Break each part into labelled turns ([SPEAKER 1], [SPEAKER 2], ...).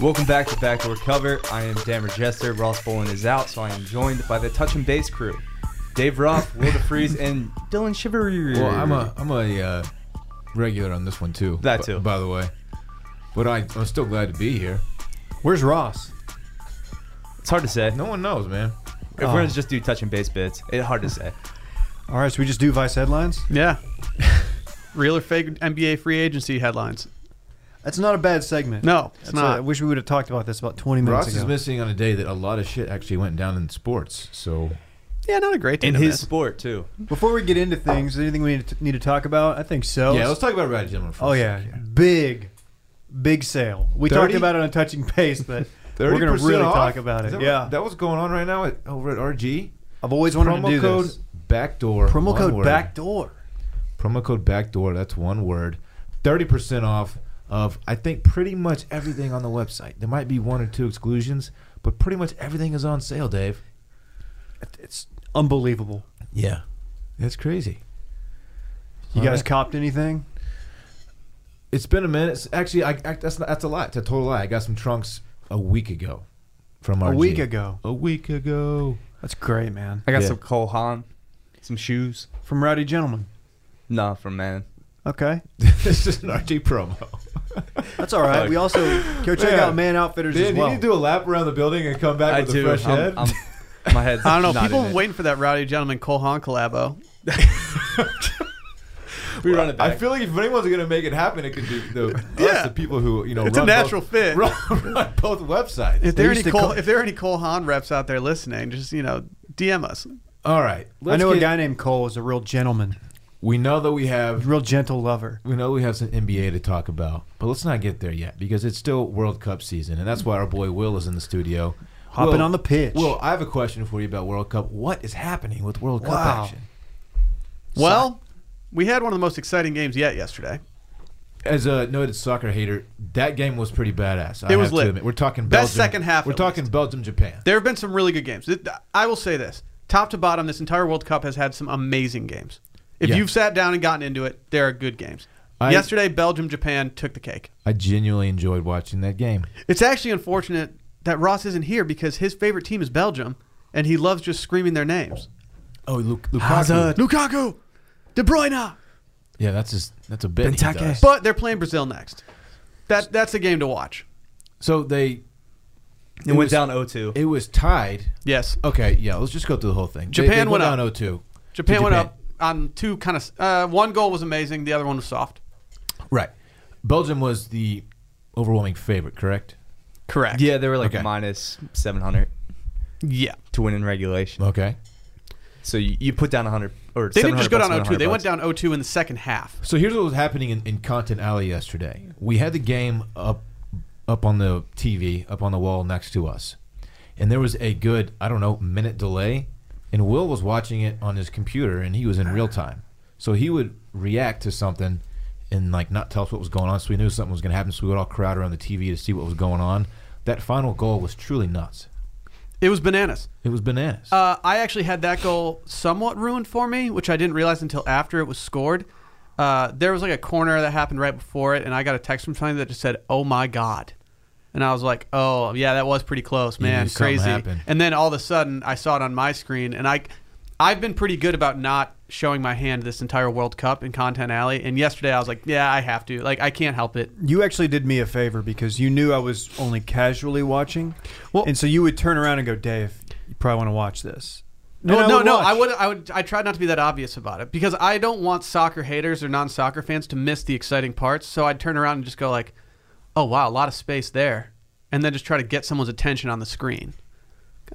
[SPEAKER 1] Welcome back to Backdoor Cover. I am Dammer Jester. Ross Bolin is out, so I am joined by the Touch and Base crew. Dave Roth, Will DeFreeze, and Dylan Shivery.
[SPEAKER 2] Well, I'm a I'm a uh, regular on this one too.
[SPEAKER 1] That
[SPEAKER 2] b-
[SPEAKER 1] too.
[SPEAKER 2] by the way. But I, I'm still glad to be here. Where's Ross?
[SPEAKER 1] It's hard to say.
[SPEAKER 2] No one knows, man.
[SPEAKER 1] If we're gonna just do touch and base bits, it's hard to say.
[SPEAKER 3] All right, so we just do Vice headlines.
[SPEAKER 4] Yeah. Real or fake NBA free agency headlines.
[SPEAKER 3] That's not a bad segment.
[SPEAKER 4] No, it's
[SPEAKER 3] That's
[SPEAKER 4] not.
[SPEAKER 3] A, I wish we would have talked about this about 20 minutes
[SPEAKER 2] Ross
[SPEAKER 3] ago.
[SPEAKER 2] is missing on a day that a lot of shit actually went down in sports. So
[SPEAKER 4] Yeah, not a great day.
[SPEAKER 1] In
[SPEAKER 4] to
[SPEAKER 1] his
[SPEAKER 4] miss.
[SPEAKER 1] sport too.
[SPEAKER 3] Before we get into things, is there anything we need to, need to talk about? I think so.
[SPEAKER 2] yeah, let's talk about Rad Gentleman first.
[SPEAKER 3] oh yeah, big, big sale. We
[SPEAKER 2] 30?
[SPEAKER 3] talked about it on touching pace, but we're
[SPEAKER 2] 30%
[SPEAKER 3] gonna really
[SPEAKER 2] off?
[SPEAKER 3] talk about
[SPEAKER 2] Is
[SPEAKER 3] it.
[SPEAKER 2] that
[SPEAKER 3] Yeah,
[SPEAKER 2] what- that was going on right now at, over at RG.
[SPEAKER 3] I've always wanted
[SPEAKER 2] Promo
[SPEAKER 3] to do
[SPEAKER 2] code
[SPEAKER 3] this.
[SPEAKER 2] backdoor.
[SPEAKER 3] Promo
[SPEAKER 2] one
[SPEAKER 3] code
[SPEAKER 2] word.
[SPEAKER 3] backdoor.
[SPEAKER 2] Promo code backdoor. That's one word. Thirty percent off of I think pretty much everything on the website. There might be one or two exclusions, but pretty much everything is on sale, Dave.
[SPEAKER 3] It's unbelievable.
[SPEAKER 2] Yeah, that's crazy.
[SPEAKER 3] You
[SPEAKER 2] All
[SPEAKER 3] guys
[SPEAKER 2] right.
[SPEAKER 3] copped anything?
[SPEAKER 2] It's been a minute. It's- actually, I, I that's not, that's a lie. It's a total lie. I got some trunks a week ago from
[SPEAKER 3] A
[SPEAKER 2] RG.
[SPEAKER 3] week ago.
[SPEAKER 2] A week ago.
[SPEAKER 3] That's great, man.
[SPEAKER 1] I got
[SPEAKER 2] Yeah.
[SPEAKER 1] some Cole Haan, some shoes.
[SPEAKER 3] From Rowdy Gentleman.
[SPEAKER 1] Nah, from man.
[SPEAKER 3] Okay,
[SPEAKER 2] this is an RG promo.
[SPEAKER 3] that's all right.
[SPEAKER 1] Fuck.
[SPEAKER 3] We also go check
[SPEAKER 2] Man.
[SPEAKER 3] out Man Outfitters
[SPEAKER 2] Dan,
[SPEAKER 3] as well.
[SPEAKER 2] you need to do a lap around the building and come back
[SPEAKER 1] I
[SPEAKER 2] with
[SPEAKER 1] do.
[SPEAKER 2] a fresh
[SPEAKER 1] I'm-
[SPEAKER 2] head.
[SPEAKER 1] I'm- my head's.
[SPEAKER 4] I don't know.
[SPEAKER 1] Not
[SPEAKER 4] people
[SPEAKER 1] in it.
[SPEAKER 4] waiting for that rowdy gentleman Cole Haan collabo.
[SPEAKER 1] We run it back.
[SPEAKER 2] I feel like if anyone's going to make it happen, it could be the, us,
[SPEAKER 4] Yeah.
[SPEAKER 2] the people who you know.
[SPEAKER 4] It's a
[SPEAKER 2] run
[SPEAKER 4] natural
[SPEAKER 2] both,
[SPEAKER 4] fit.
[SPEAKER 2] Run, run both websites.
[SPEAKER 4] If there are
[SPEAKER 3] used to
[SPEAKER 4] any Cole,
[SPEAKER 3] call-
[SPEAKER 4] if there are any Cole Haan reps out there listening, just you know, DM us.
[SPEAKER 2] All right,
[SPEAKER 3] I know a
[SPEAKER 2] get-
[SPEAKER 3] guy named Cole is a real gentleman,
[SPEAKER 2] We know that we have
[SPEAKER 3] real gentle lover.
[SPEAKER 2] we know we have some NBA to talk about, but let's not get there yet because it's still World Cup season, and that's why our boy Will is in the studio.
[SPEAKER 3] Hopping
[SPEAKER 2] Will-
[SPEAKER 3] on the pitch.
[SPEAKER 2] Will, I have a question for you about World Cup. What is happening with World Cup
[SPEAKER 3] Wow.
[SPEAKER 2] action?
[SPEAKER 4] Well, we had one of the most exciting games yet yesterday.
[SPEAKER 2] As a noted soccer hater, that game was pretty badass. I
[SPEAKER 4] It was
[SPEAKER 2] have to
[SPEAKER 4] lit.
[SPEAKER 2] admit. We're talking Belgium.
[SPEAKER 4] Best second half,
[SPEAKER 2] We're
[SPEAKER 4] at
[SPEAKER 2] talking Belgium, Japan.
[SPEAKER 4] There have been some really good games. Th- I will say this: top to bottom, this entire World Cup has had some amazing games. If
[SPEAKER 2] Yeah.
[SPEAKER 4] you've sat down and gotten into it, there are good games.
[SPEAKER 2] I-
[SPEAKER 4] yesterday, Belgium Japan took the cake.
[SPEAKER 2] I genuinely enjoyed watching that game.
[SPEAKER 4] It's actually unfortunate that Ross isn't here because his favorite team is Belgium, and he loves just screaming their names.
[SPEAKER 2] Oh, Luke, Lukaku.
[SPEAKER 4] Lukaku, De Bruyne.
[SPEAKER 2] Yeah, that's his. That's a bit. he
[SPEAKER 1] Benteke.
[SPEAKER 2] does.
[SPEAKER 4] But they're playing Brazil next. That that's a game to watch.
[SPEAKER 2] So they.
[SPEAKER 1] it went
[SPEAKER 2] was-
[SPEAKER 1] down 0-2.
[SPEAKER 2] It was tied.
[SPEAKER 4] Yes,
[SPEAKER 2] Okay, yeah. Let's just go through the whole thing. They-
[SPEAKER 4] Japan
[SPEAKER 2] they
[SPEAKER 4] went up.
[SPEAKER 2] down 0-2.
[SPEAKER 4] Japan,
[SPEAKER 2] To
[SPEAKER 4] went up on two kind of. Uh, one goal was amazing. The other one was soft.
[SPEAKER 2] Right. Belgium was the overwhelming favorite, correct?
[SPEAKER 4] Correct.
[SPEAKER 1] yeah, they were like
[SPEAKER 2] Okay.
[SPEAKER 1] minus seven hundred
[SPEAKER 4] Yeah.
[SPEAKER 1] to win in regulation.
[SPEAKER 2] Okay.
[SPEAKER 1] So you, you put down hundred or
[SPEAKER 4] They
[SPEAKER 1] 700
[SPEAKER 4] didn't just go
[SPEAKER 1] bucks,
[SPEAKER 4] down 0 2.
[SPEAKER 1] 700
[SPEAKER 4] They went
[SPEAKER 1] bucks.
[SPEAKER 4] down 0 2 in the second half.
[SPEAKER 2] So here's what was happening in, in Content Alley yesterday. We had the game up up on the TV, up on the wall next to us. And there was a good, I don't know, minute delay. And Will was watching it on his computer and he was in real time. So he would react to something and like not tell us what was going on. So we knew something was gonna happen, so we would all crowd around the TV to see what was going on. That final goal was truly nuts.
[SPEAKER 4] It was bananas.
[SPEAKER 2] It was bananas.
[SPEAKER 4] Uh, I actually had that goal somewhat ruined for me, which I didn't realize until after it was scored. Uh, there was like a corner that happened right before it, and I got a text from somebody that just said, "Oh my god," and I was like, "Oh yeah, that was pretty close, man,
[SPEAKER 2] knew something
[SPEAKER 4] crazy."
[SPEAKER 2] happened.
[SPEAKER 4] And then all of a sudden, I saw it on my screen, and I, I've been pretty good about not showing my hand this entire World Cup in Content Alley, and yesterday I was like, "Yeah, I have to, like, I can't help it."
[SPEAKER 3] You actually did me a favor because you knew I was only casually watching,
[SPEAKER 4] Well-
[SPEAKER 3] and so you would turn around and go, "Dave, you probably want to watch this."
[SPEAKER 4] No,
[SPEAKER 3] And
[SPEAKER 4] no, no.
[SPEAKER 3] watch.
[SPEAKER 4] I would, I would, I tried not to be that obvious about it because I don't want soccer haters or non-soccer fans to miss the exciting parts. So I'd turn around and just go like, "Oh wow, a lot of space there," and then just try to get someone's attention on the screen.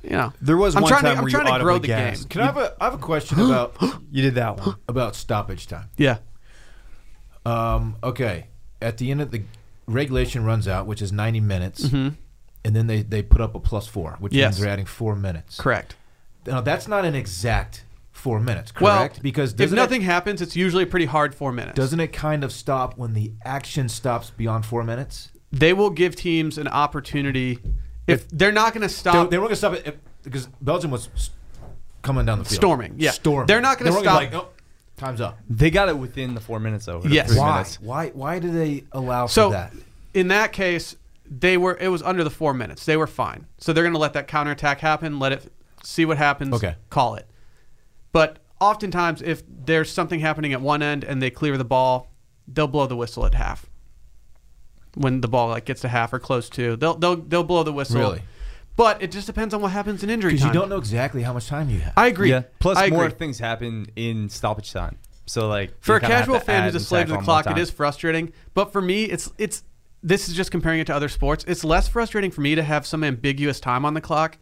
[SPEAKER 4] You know,
[SPEAKER 3] There was
[SPEAKER 4] I'm
[SPEAKER 3] one
[SPEAKER 4] trying
[SPEAKER 3] time
[SPEAKER 4] to, I'm
[SPEAKER 3] where
[SPEAKER 4] trying
[SPEAKER 3] you
[SPEAKER 4] to grow the
[SPEAKER 3] audibly gasped.
[SPEAKER 2] Can
[SPEAKER 4] game.
[SPEAKER 2] I have a I have a question about
[SPEAKER 3] You did that one.
[SPEAKER 2] about stoppage time?
[SPEAKER 4] Yeah,
[SPEAKER 2] Um, okay. At the end of the regulation runs out, which is 90 minutes, and then they, they put up a plus four, which
[SPEAKER 4] Mm-hmm. Yes.
[SPEAKER 2] means they're adding four minutes.
[SPEAKER 4] correct.
[SPEAKER 2] Now, that's not an exact four minutes,
[SPEAKER 4] Well,
[SPEAKER 2] correct? because
[SPEAKER 4] if
[SPEAKER 2] doesn't
[SPEAKER 4] nothing
[SPEAKER 2] it,
[SPEAKER 4] happens, it's usually a pretty hard four minutes.
[SPEAKER 2] doesn't it kind of stop when the action stops beyond four minutes?
[SPEAKER 4] they will give teams an opportunity if, they're not going to
[SPEAKER 2] They,
[SPEAKER 4] stop.
[SPEAKER 2] they weren't going to stop it if, because Belgium was s- coming down the field,
[SPEAKER 4] Storming, yeah.
[SPEAKER 2] storming.
[SPEAKER 4] They're not gonna
[SPEAKER 2] They weren't gonna
[SPEAKER 4] stop-
[SPEAKER 2] be Like, nope, time's up.
[SPEAKER 1] They got it within the four minutes though. or the
[SPEAKER 4] Yes.
[SPEAKER 1] three
[SPEAKER 2] Why?
[SPEAKER 1] minutes.
[SPEAKER 2] Why? Why do they allow
[SPEAKER 4] so
[SPEAKER 2] for that?
[SPEAKER 4] in that case they were it was under the four minutes. They were fine. So they're going to let that counterattack happen. Let it see what happens.
[SPEAKER 2] Okay.
[SPEAKER 4] call it. But oftentimes, if there's something happening at one end and they clear the ball, they'll blow the whistle at half. When the ball like gets to half or close to, they'll they'll they'll blow the whistle.
[SPEAKER 2] Really?
[SPEAKER 4] But it just depends on what happens in injury
[SPEAKER 2] Because
[SPEAKER 4] time.
[SPEAKER 2] you don't know exactly how much time you have.
[SPEAKER 4] I agree.
[SPEAKER 1] Yeah. Plus,
[SPEAKER 4] I
[SPEAKER 1] more
[SPEAKER 4] agree.
[SPEAKER 1] things happen in stoppage time. So, like
[SPEAKER 4] for
[SPEAKER 1] you
[SPEAKER 4] a
[SPEAKER 1] kinda have
[SPEAKER 4] casual
[SPEAKER 1] to
[SPEAKER 4] fan
[SPEAKER 1] add
[SPEAKER 4] who's a
[SPEAKER 1] and
[SPEAKER 4] slave
[SPEAKER 1] tack
[SPEAKER 4] to the
[SPEAKER 1] on more
[SPEAKER 4] clock,
[SPEAKER 1] time.
[SPEAKER 4] it is frustrating. But for me, it's it's this is just comparing it to other sports. It's less frustrating for me to have some ambiguous time on the clock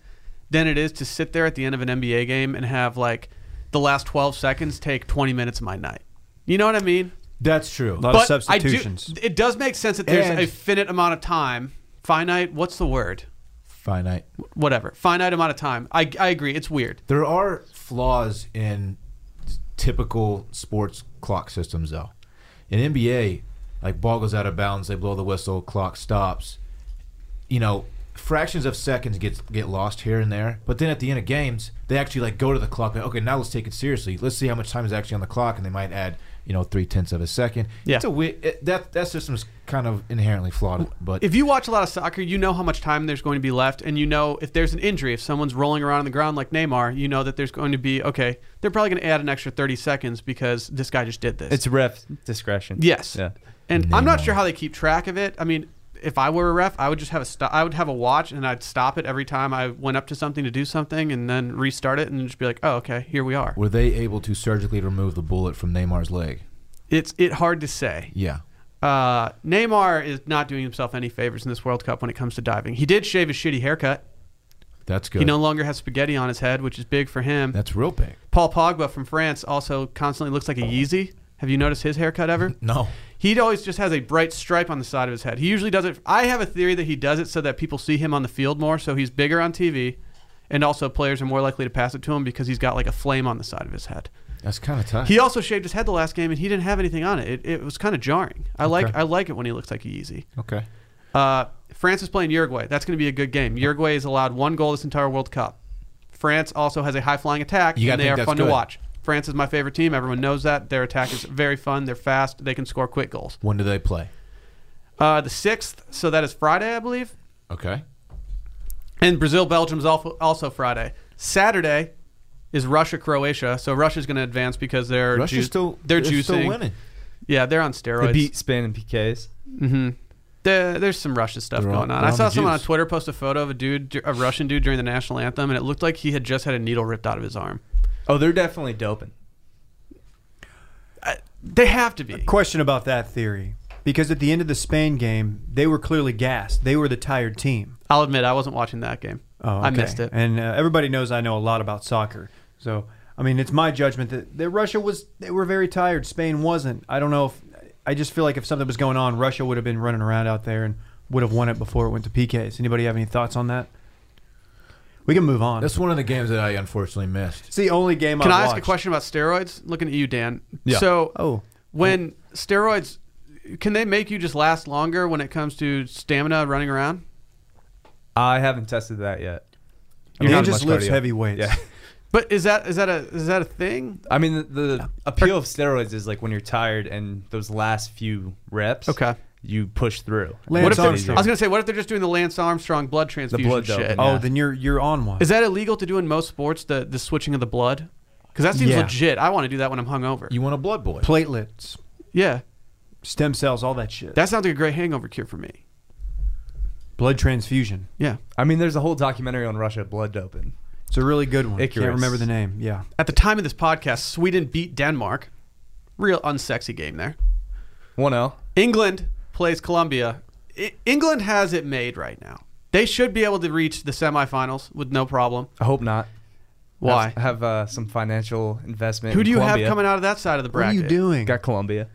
[SPEAKER 4] than it is to sit there at the end of an NBA game and have like the last 12 seconds take 20 minutes of my night. You know what I mean?
[SPEAKER 2] That's true.
[SPEAKER 3] Lot of substitutions.
[SPEAKER 4] I do, it does make sense that there's
[SPEAKER 2] And-
[SPEAKER 4] a finite amount of time. Finite, what's the word?
[SPEAKER 2] Finite.
[SPEAKER 4] Whatever. Finite amount of time. I, I agree. It's weird.
[SPEAKER 2] There are flaws in typical sports clock systems, though. In NBA, like ball goes out of bounds, they blow the whistle, clock stops. You know, fractions of seconds get get lost here and there. But then at the end of games, they actually like go to the clock. Like, okay, now let's take it seriously. Let's see how much time is actually on the clock, and they might add you know three tenths of a second.
[SPEAKER 4] Yeah.
[SPEAKER 2] it's a wi- it, that that system's kind of inherently flawed. But
[SPEAKER 4] If you watch a lot of soccer, you know how much time there's going to be left, and you know if there's an injury, if someone's rolling around on the ground like Neymar, you know that there's going to be okay. They're probably going to add an extra 30 seconds because this guy just did this.
[SPEAKER 1] It's ref discretion.
[SPEAKER 4] yes,
[SPEAKER 1] Yeah.
[SPEAKER 4] and I'm not
[SPEAKER 2] Neymar.
[SPEAKER 4] sure how they keep track of it. I mean, if I were a ref, I would just have a sto- I would have a watch, and I'd stop it every time I went up to something to do something, and then restart it, and just be like, oh, okay, here we are.
[SPEAKER 2] were they able to surgically remove the bullet from Neymar's leg?
[SPEAKER 4] It's it hard to say.
[SPEAKER 2] Yeah,
[SPEAKER 4] Uh, Neymar is not doing himself any favors in this World Cup when it comes to diving. He did shave his shitty haircut.
[SPEAKER 2] that's good.
[SPEAKER 4] He no longer has spaghetti on his head, which is big for him.
[SPEAKER 2] that's real big.
[SPEAKER 4] Paul Pogba from France also constantly looks like a Yeezy. Have you noticed his haircut ever?
[SPEAKER 2] No.
[SPEAKER 4] He always just has a bright stripe on the side of his head. He usually does it. I have a theory that he does it so that people see him on the field more, so he's bigger on TV, and also players are more likely to pass it to him because he's got like a flame on the side of his head.
[SPEAKER 2] That's kind of tough.
[SPEAKER 4] He also shaved his head the last game, and he didn't have anything on it. It, it was kind of jarring. I like
[SPEAKER 2] Okay.
[SPEAKER 4] I like it when he looks like a Yeezy.
[SPEAKER 2] okay.
[SPEAKER 4] Uh, France is playing Uruguay. That's going to be a good game. Uruguay has allowed one goal this entire World Cup. France also has a high flying attack,
[SPEAKER 2] You gotta
[SPEAKER 4] and they
[SPEAKER 2] think
[SPEAKER 4] are
[SPEAKER 2] that's
[SPEAKER 4] fun to
[SPEAKER 2] good.
[SPEAKER 4] watch. France is my favorite team. Everyone knows that. Their attack is very fun. They're fast. They can score quick goals.
[SPEAKER 2] When do they play?
[SPEAKER 4] Uh, the sixth, so that is Friday, I believe.
[SPEAKER 2] Okay.
[SPEAKER 4] And Brazil Belgium is al- also Friday. Saturday is Russia Croatia. So Russia's going to advance because they're
[SPEAKER 2] Russia's
[SPEAKER 4] ju-
[SPEAKER 2] still
[SPEAKER 4] they're, juicing.
[SPEAKER 2] still winning.
[SPEAKER 4] Yeah, they're on
[SPEAKER 1] They
[SPEAKER 4] steroids.
[SPEAKER 1] beat Spain and PKs.
[SPEAKER 4] Mm-hmm. There, there's some Russian stuff
[SPEAKER 2] They're on-
[SPEAKER 4] going on.
[SPEAKER 2] they're
[SPEAKER 4] I
[SPEAKER 2] on
[SPEAKER 4] saw
[SPEAKER 2] the
[SPEAKER 4] someone on
[SPEAKER 2] juice.
[SPEAKER 4] Twitter post a photo of a dude, a Russian dude, during the national anthem, and it looked like he had just had a needle ripped out of his arm.
[SPEAKER 1] Oh, they're definitely doping.
[SPEAKER 4] They have to be.
[SPEAKER 3] Question about that theory. Because at the end of the Spain game, they were clearly gassed. They were the tired team.
[SPEAKER 4] I'll admit, I wasn't watching that game. I missed it.
[SPEAKER 3] Oh, And uh, everybody knows I know a lot about soccer. So, I mean, it's my judgment that, that Russia was, they were very tired. Spain wasn't. I don't know if, I just feel like if something was going on, Russia would have been running around out there and would have won it before it went to PKs. Anybody have any thoughts on that? We can move on.
[SPEAKER 2] That's one of the games that I unfortunately missed.
[SPEAKER 3] it's the only game
[SPEAKER 4] Can
[SPEAKER 3] I've
[SPEAKER 4] I ask a
[SPEAKER 3] watched.
[SPEAKER 4] question about steroids? Looking at you, Dan.
[SPEAKER 1] Yeah.
[SPEAKER 4] So,
[SPEAKER 3] Oh.
[SPEAKER 4] when steroids, can they make you just last longer when it comes to stamina running around?
[SPEAKER 1] I haven't tested that yet. I
[SPEAKER 3] He
[SPEAKER 1] don't have
[SPEAKER 3] just
[SPEAKER 1] much
[SPEAKER 3] lifts
[SPEAKER 1] cardio.
[SPEAKER 3] heavy weights.
[SPEAKER 1] Yeah.
[SPEAKER 4] But is that is that a is that a thing?
[SPEAKER 1] I mean, the, the appeal of steroids is like when you're tired and those last few reps,
[SPEAKER 4] Okay.
[SPEAKER 1] you push through.
[SPEAKER 3] Lance
[SPEAKER 4] what if they're-
[SPEAKER 3] Armstrong.
[SPEAKER 4] I was gonna say, what if they're just doing the Lance Armstrong blood transfusion
[SPEAKER 1] blood doping.
[SPEAKER 4] shit?
[SPEAKER 3] Oh,
[SPEAKER 1] Yeah.
[SPEAKER 3] then you're you're on one.
[SPEAKER 4] Is that illegal to do in most sports? The the switching of the blood, because that seems
[SPEAKER 3] Yeah.
[SPEAKER 4] legit. I want to do that when I'm hungover.
[SPEAKER 2] You want a blood boy?
[SPEAKER 3] platelets,
[SPEAKER 4] yeah,
[SPEAKER 3] stem cells, all that shit.
[SPEAKER 4] that sounds like a great hangover cure for me.
[SPEAKER 3] Blood transfusion.
[SPEAKER 4] Yeah.
[SPEAKER 1] I mean, there's a whole documentary on Russia blood doping.
[SPEAKER 3] It's a really good one.
[SPEAKER 1] Icarus.
[SPEAKER 3] Can't remember the name. Yeah.
[SPEAKER 4] At the time of this podcast, Sweden beat Denmark. Real unsexy game there.
[SPEAKER 1] 1 0.
[SPEAKER 4] England plays Colombia. I- England has it made right now. They should be able to reach the semifinals with no problem.
[SPEAKER 1] I hope not.
[SPEAKER 4] Why?
[SPEAKER 1] I have uh, some financial investment.
[SPEAKER 4] Who
[SPEAKER 1] in
[SPEAKER 4] do you
[SPEAKER 1] Colombia.
[SPEAKER 4] have coming out of that side of the
[SPEAKER 3] What are
[SPEAKER 4] bracket?
[SPEAKER 3] you doing?
[SPEAKER 1] Got Colombia.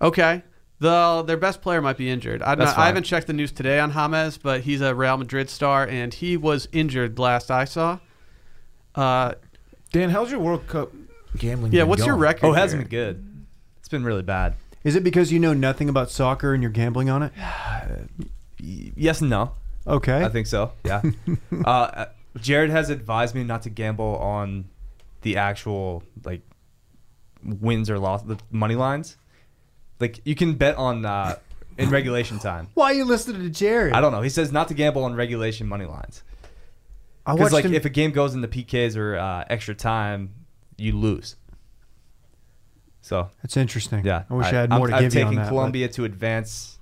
[SPEAKER 4] Okay. The, their best player might be injured. I'm
[SPEAKER 1] That's
[SPEAKER 4] not,
[SPEAKER 1] fine.
[SPEAKER 4] I haven't checked the news today on James, but he's a Real Madrid star, and he was injured last I saw. Uh,
[SPEAKER 2] Dan, how's your World Cup gambling?
[SPEAKER 4] yeah,
[SPEAKER 2] been
[SPEAKER 4] what's your
[SPEAKER 2] going?
[SPEAKER 4] record?
[SPEAKER 1] Oh, it hasn't
[SPEAKER 4] here?
[SPEAKER 1] been good. It's been really bad.
[SPEAKER 3] Is it because you know nothing about soccer and you're gambling on it?
[SPEAKER 1] Y- yes and no.
[SPEAKER 3] Okay.
[SPEAKER 1] I think so. Yeah. uh, uh, Jared has advised me not to gamble on the actual like wins or loss, the money lines. Like you can bet on uh, in regulation time.
[SPEAKER 3] Why are you listening to Jared?
[SPEAKER 1] I don't know. He says not to gamble on regulation money lines
[SPEAKER 3] I
[SPEAKER 1] because
[SPEAKER 3] watched
[SPEAKER 1] like
[SPEAKER 3] him-
[SPEAKER 1] if a game goes into PKs or uh, extra time, you lose. So
[SPEAKER 3] That's interesting.
[SPEAKER 1] yeah,
[SPEAKER 3] I wish I, had more
[SPEAKER 1] I'm,
[SPEAKER 3] to
[SPEAKER 1] I'm
[SPEAKER 3] give you
[SPEAKER 1] taking
[SPEAKER 3] on that. but-
[SPEAKER 1] Colombia to advance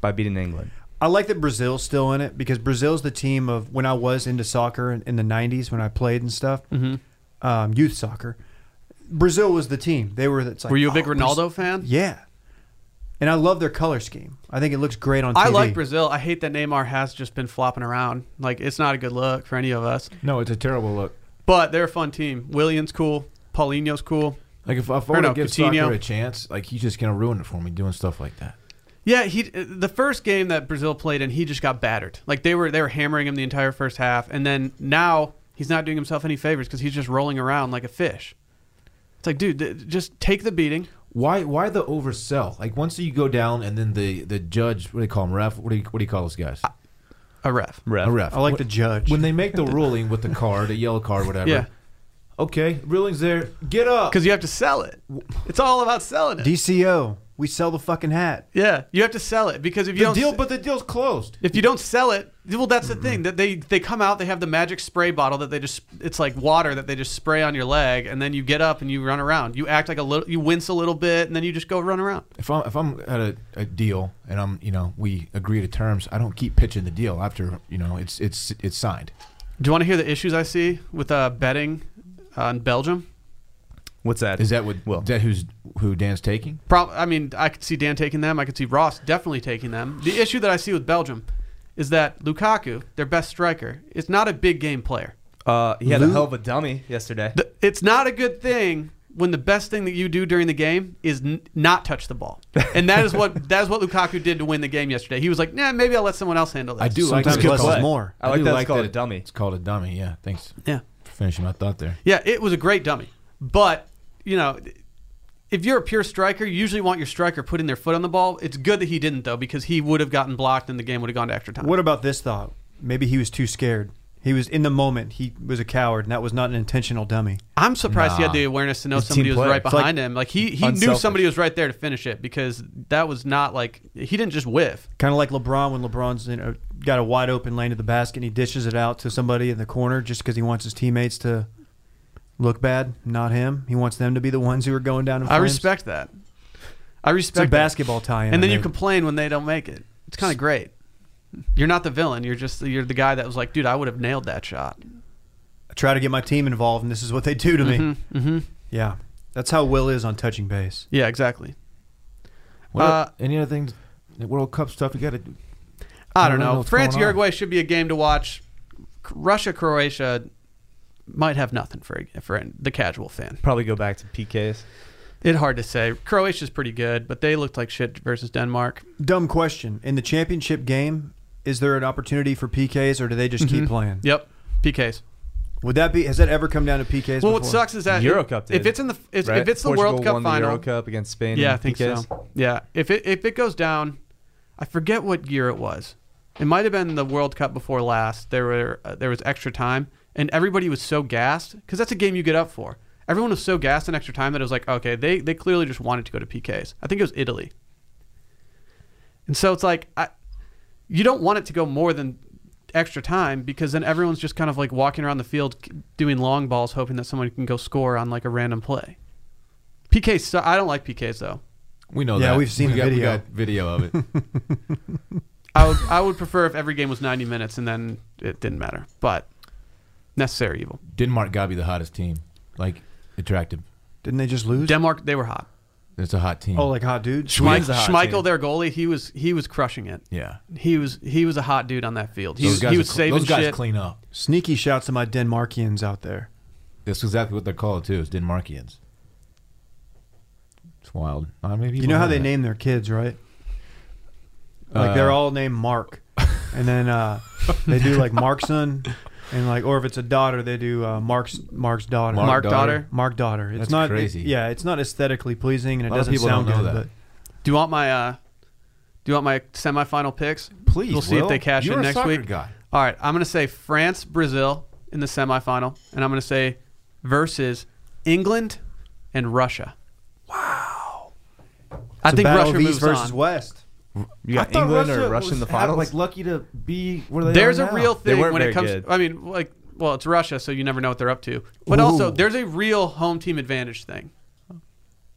[SPEAKER 1] by beating England.
[SPEAKER 3] I like that Brazil's still in it because Brazil's the team of when I was into soccer in, in the '90s when I played and stuff, um, youth soccer. Brazil was the team. They were. It's like,
[SPEAKER 4] Were you a big
[SPEAKER 3] oh, Braz-
[SPEAKER 4] Ronaldo fan?
[SPEAKER 3] Yeah, and I love their color scheme. I think it looks great on. TV.
[SPEAKER 4] I like Brazil. I hate that Neymar has just been flopping around. Like it's not a good look for any of us.
[SPEAKER 2] No, it's a terrible look.
[SPEAKER 4] But they're a fun team. Williams cool. Paulinho's cool.
[SPEAKER 2] Like if, if I
[SPEAKER 4] Or
[SPEAKER 2] were
[SPEAKER 4] no,
[SPEAKER 2] to give
[SPEAKER 4] Coutinho.
[SPEAKER 2] soccer a chance, like he's just gonna ruin it for me doing stuff like that.
[SPEAKER 4] Yeah, he uh, the first game that Brazil played in, he just got battered. Like they were they were hammering him the entire first half, and then now he's not doing himself any favors because he's just rolling around like a fish. It's like, dude, th- just take the beating.
[SPEAKER 2] Why why the oversell? Like once you go down and then the the judge, what do you call him, ref? What do you what do you call those guys?
[SPEAKER 4] A ref.
[SPEAKER 1] Ref.
[SPEAKER 2] A Oh, ref.
[SPEAKER 3] I like
[SPEAKER 2] Wh-
[SPEAKER 3] the judge.
[SPEAKER 2] when they make the ruling with the card, a yellow card, whatever.
[SPEAKER 4] Yeah,
[SPEAKER 2] Okay, ruling's there. Get up.
[SPEAKER 4] because you have to sell it. It's all about selling it.
[SPEAKER 3] DCO, we sell the fucking hat.
[SPEAKER 4] yeah, you have to sell it because if you
[SPEAKER 2] the
[SPEAKER 4] don't
[SPEAKER 2] deal,
[SPEAKER 4] s-
[SPEAKER 2] but the deal's closed.
[SPEAKER 4] if you don't sell it, well, that's the thing that they they come out. They have the magic spray bottle that they just it's like water that they just spray on your leg, and then you get up and you run around. You act like a little, you wince a little bit, and then you just go run around.
[SPEAKER 2] If I'm if I'm at a, a deal and I'm you know we agree to terms, I don't keep pitching the deal after you know it's it's it's signed.
[SPEAKER 4] Do you want to hear the issues I see with uh, betting on Belgium?
[SPEAKER 1] What's that?
[SPEAKER 2] Is that what
[SPEAKER 1] Well,
[SPEAKER 2] is that who's who Dan's taking?
[SPEAKER 4] Prob- I mean, I could see Dan taking them. I could see Ross definitely taking them. The issue that I see with Belgium is that Lukaku, their best striker, is not a big game player.
[SPEAKER 1] uh, he had a
[SPEAKER 3] Lou-
[SPEAKER 1] hell of a dummy yesterday.
[SPEAKER 4] The- It's not a good thing when the best thing that you do during the game is n- not touch the ball, and that is what that is what Lukaku did to win the game yesterday. He was like, "Nah, maybe I'll let someone else handle this."
[SPEAKER 2] I do like
[SPEAKER 3] Sometimes
[SPEAKER 2] that it's
[SPEAKER 3] less is
[SPEAKER 2] called-
[SPEAKER 3] more.
[SPEAKER 1] I like
[SPEAKER 2] do
[SPEAKER 1] that it's called a
[SPEAKER 2] it-
[SPEAKER 1] dummy.
[SPEAKER 2] It's called a dummy. Yeah, thanks
[SPEAKER 4] Yeah.
[SPEAKER 2] for finishing my thought there.
[SPEAKER 4] Yeah, it was a great dummy. But, you know, if you're a pure striker, you usually want your striker putting their foot on the ball. It's good that he didn't, though, because he would have gotten blocked and the game would have gone to extra time.
[SPEAKER 3] What about this thought? Maybe he was too scared. He was in the moment. He was a coward, and that was not an intentional dummy.
[SPEAKER 4] I'm surprised he
[SPEAKER 2] Nah.
[SPEAKER 4] had the awareness to know
[SPEAKER 1] He's a team
[SPEAKER 4] somebody was
[SPEAKER 1] player.
[SPEAKER 4] right
[SPEAKER 1] It's
[SPEAKER 3] like
[SPEAKER 4] behind him. Like, he, he knew
[SPEAKER 1] unselfish.
[SPEAKER 4] somebody was right there to finish it because that was not like he didn't just whiff.
[SPEAKER 3] Kind of like LeBron when LeBron's in a, got a wide open lane to the basket and he dishes it out to somebody in the corner just because he wants his teammates to look bad, not him. He wants them to be the ones who are going down in
[SPEAKER 4] I
[SPEAKER 3] flames.
[SPEAKER 4] respect that. I
[SPEAKER 3] It's a
[SPEAKER 4] respect that.
[SPEAKER 3] basketball tie-in.
[SPEAKER 4] And then you
[SPEAKER 3] They-
[SPEAKER 4] complain when they don't make it. It's kind of great. You're not the villain. You're just you're the guy that was like, dude, I would have nailed that shot.
[SPEAKER 3] I try to get my team involved, and this is what they do to me.
[SPEAKER 4] Mm-hmm, mm-hmm.
[SPEAKER 3] Yeah, that's how Will is on touching base.
[SPEAKER 4] Yeah, exactly.
[SPEAKER 2] What
[SPEAKER 4] Uh,
[SPEAKER 2] any other things? The World Cup stuff. You got to.
[SPEAKER 4] I don't
[SPEAKER 2] I don't know
[SPEAKER 4] know.
[SPEAKER 2] what's
[SPEAKER 4] France
[SPEAKER 2] going on.
[SPEAKER 4] Uruguay should be a game to watch. C- Russia Croatia might have nothing for for the casual fan.
[SPEAKER 1] Probably go back to PKs.
[SPEAKER 4] It's hard to say. Croatia's pretty good, but they looked like shit versus Denmark.
[SPEAKER 3] Dumb question. In the championship game, is there an opportunity for PKs, or do they just keep
[SPEAKER 4] Mhm.
[SPEAKER 3] playing?
[SPEAKER 4] Yep, PKs.
[SPEAKER 3] Would that be? Has that ever come down to PKs? before?
[SPEAKER 4] Well, what sucks is that
[SPEAKER 1] Euro Cup
[SPEAKER 4] If
[SPEAKER 1] did,
[SPEAKER 4] it's in the if,
[SPEAKER 1] right?
[SPEAKER 4] if it's the
[SPEAKER 1] Portugal
[SPEAKER 4] World Cup
[SPEAKER 1] won
[SPEAKER 4] final,
[SPEAKER 1] The Euro Cup against Spain.
[SPEAKER 4] yeah,
[SPEAKER 1] in
[SPEAKER 4] I think
[SPEAKER 1] PKs.
[SPEAKER 4] so. Yeah, if it if it goes down, I forget what year it was. It might have been the World Cup before last. There were uh, there was extra time, and everybody was so gassed because that's a game you get up for. Everyone was so gassed in extra time that it was like, okay, they they clearly just wanted to go to PKs. I think it was Italy, and so it's like, I, you don't want it to go more than extra time because then everyone's just kind of like walking around the field c- doing long balls, hoping that someone can go score on like a random play. PKs, su- I don't like PKs though.
[SPEAKER 2] We know
[SPEAKER 3] Yeah,
[SPEAKER 2] that.
[SPEAKER 3] we've seen
[SPEAKER 2] we
[SPEAKER 3] the
[SPEAKER 2] got, We
[SPEAKER 3] video.
[SPEAKER 2] got video of it.
[SPEAKER 4] I would I would prefer if every game was 90 minutes and then it didn't matter. But necessary evil.
[SPEAKER 2] Denmark got to be the hottest team. Like attractive.
[SPEAKER 3] Didn't they just lose?
[SPEAKER 4] Denmark they were hot.
[SPEAKER 2] It's a hot team.
[SPEAKER 3] oh, like hot dude.
[SPEAKER 4] Schmeichel,
[SPEAKER 1] Sweden's a hot
[SPEAKER 4] Schmeichel
[SPEAKER 1] team.
[SPEAKER 4] their goalie, he was he was crushing it.
[SPEAKER 2] yeah.
[SPEAKER 4] He was he was a hot dude on that field. He
[SPEAKER 2] Those
[SPEAKER 4] was
[SPEAKER 2] guys
[SPEAKER 4] he
[SPEAKER 2] are
[SPEAKER 4] was
[SPEAKER 2] cl-
[SPEAKER 4] saving
[SPEAKER 2] Those guys
[SPEAKER 4] shit.
[SPEAKER 2] clean up.
[SPEAKER 3] Sneaky shouts to my Denmarkians out there.
[SPEAKER 2] That's exactly what they're called too. Is Denmarkians. It's wild. I mean,
[SPEAKER 3] You
[SPEAKER 2] people
[SPEAKER 3] know how they
[SPEAKER 2] that.
[SPEAKER 3] name their kids, right? Like they're
[SPEAKER 2] Uh,
[SPEAKER 3] all named Mark, and then uh, they do like Markson, and like or if it's a daughter, they do uh, Mark's Mark's daughter.
[SPEAKER 4] Mark,
[SPEAKER 2] Mark
[SPEAKER 4] daughter.
[SPEAKER 2] Daughter.
[SPEAKER 3] Mark daughter. It's
[SPEAKER 2] That's
[SPEAKER 3] not it-
[SPEAKER 2] crazy.
[SPEAKER 3] yeah, it's not aesthetically pleasing, and it
[SPEAKER 2] A lot of
[SPEAKER 3] doesn't
[SPEAKER 2] people
[SPEAKER 3] sound
[SPEAKER 2] don't
[SPEAKER 3] good.
[SPEAKER 2] know that.
[SPEAKER 3] But
[SPEAKER 4] Do you want my uh do you want my semifinal picks?
[SPEAKER 2] Please,
[SPEAKER 4] We'll see if
[SPEAKER 2] Will.
[SPEAKER 4] they cash
[SPEAKER 2] You're
[SPEAKER 4] in
[SPEAKER 2] a
[SPEAKER 4] next
[SPEAKER 2] soccer
[SPEAKER 4] week.
[SPEAKER 2] guy.
[SPEAKER 4] All right, I'm going to say France Brazil in the semifinal and I'm going to say versus England and Russia. Wow. I
[SPEAKER 3] It's a
[SPEAKER 4] think
[SPEAKER 3] battle
[SPEAKER 4] Russia
[SPEAKER 3] of East
[SPEAKER 4] moves
[SPEAKER 3] versus
[SPEAKER 4] on.
[SPEAKER 3] West.
[SPEAKER 1] You
[SPEAKER 2] I
[SPEAKER 1] got
[SPEAKER 2] thought
[SPEAKER 1] England
[SPEAKER 2] Russia
[SPEAKER 1] or Russia in the
[SPEAKER 2] was ha-
[SPEAKER 1] finals?
[SPEAKER 2] Like lucky to be where they
[SPEAKER 4] There's
[SPEAKER 2] are
[SPEAKER 4] a
[SPEAKER 2] now.
[SPEAKER 4] real
[SPEAKER 1] They
[SPEAKER 4] thing
[SPEAKER 1] weren't
[SPEAKER 4] when it
[SPEAKER 1] very
[SPEAKER 4] comes.
[SPEAKER 1] good.
[SPEAKER 4] I mean, like, well, it's Russia, so you never know what they're up to. But also, there's a real home team advantage thing.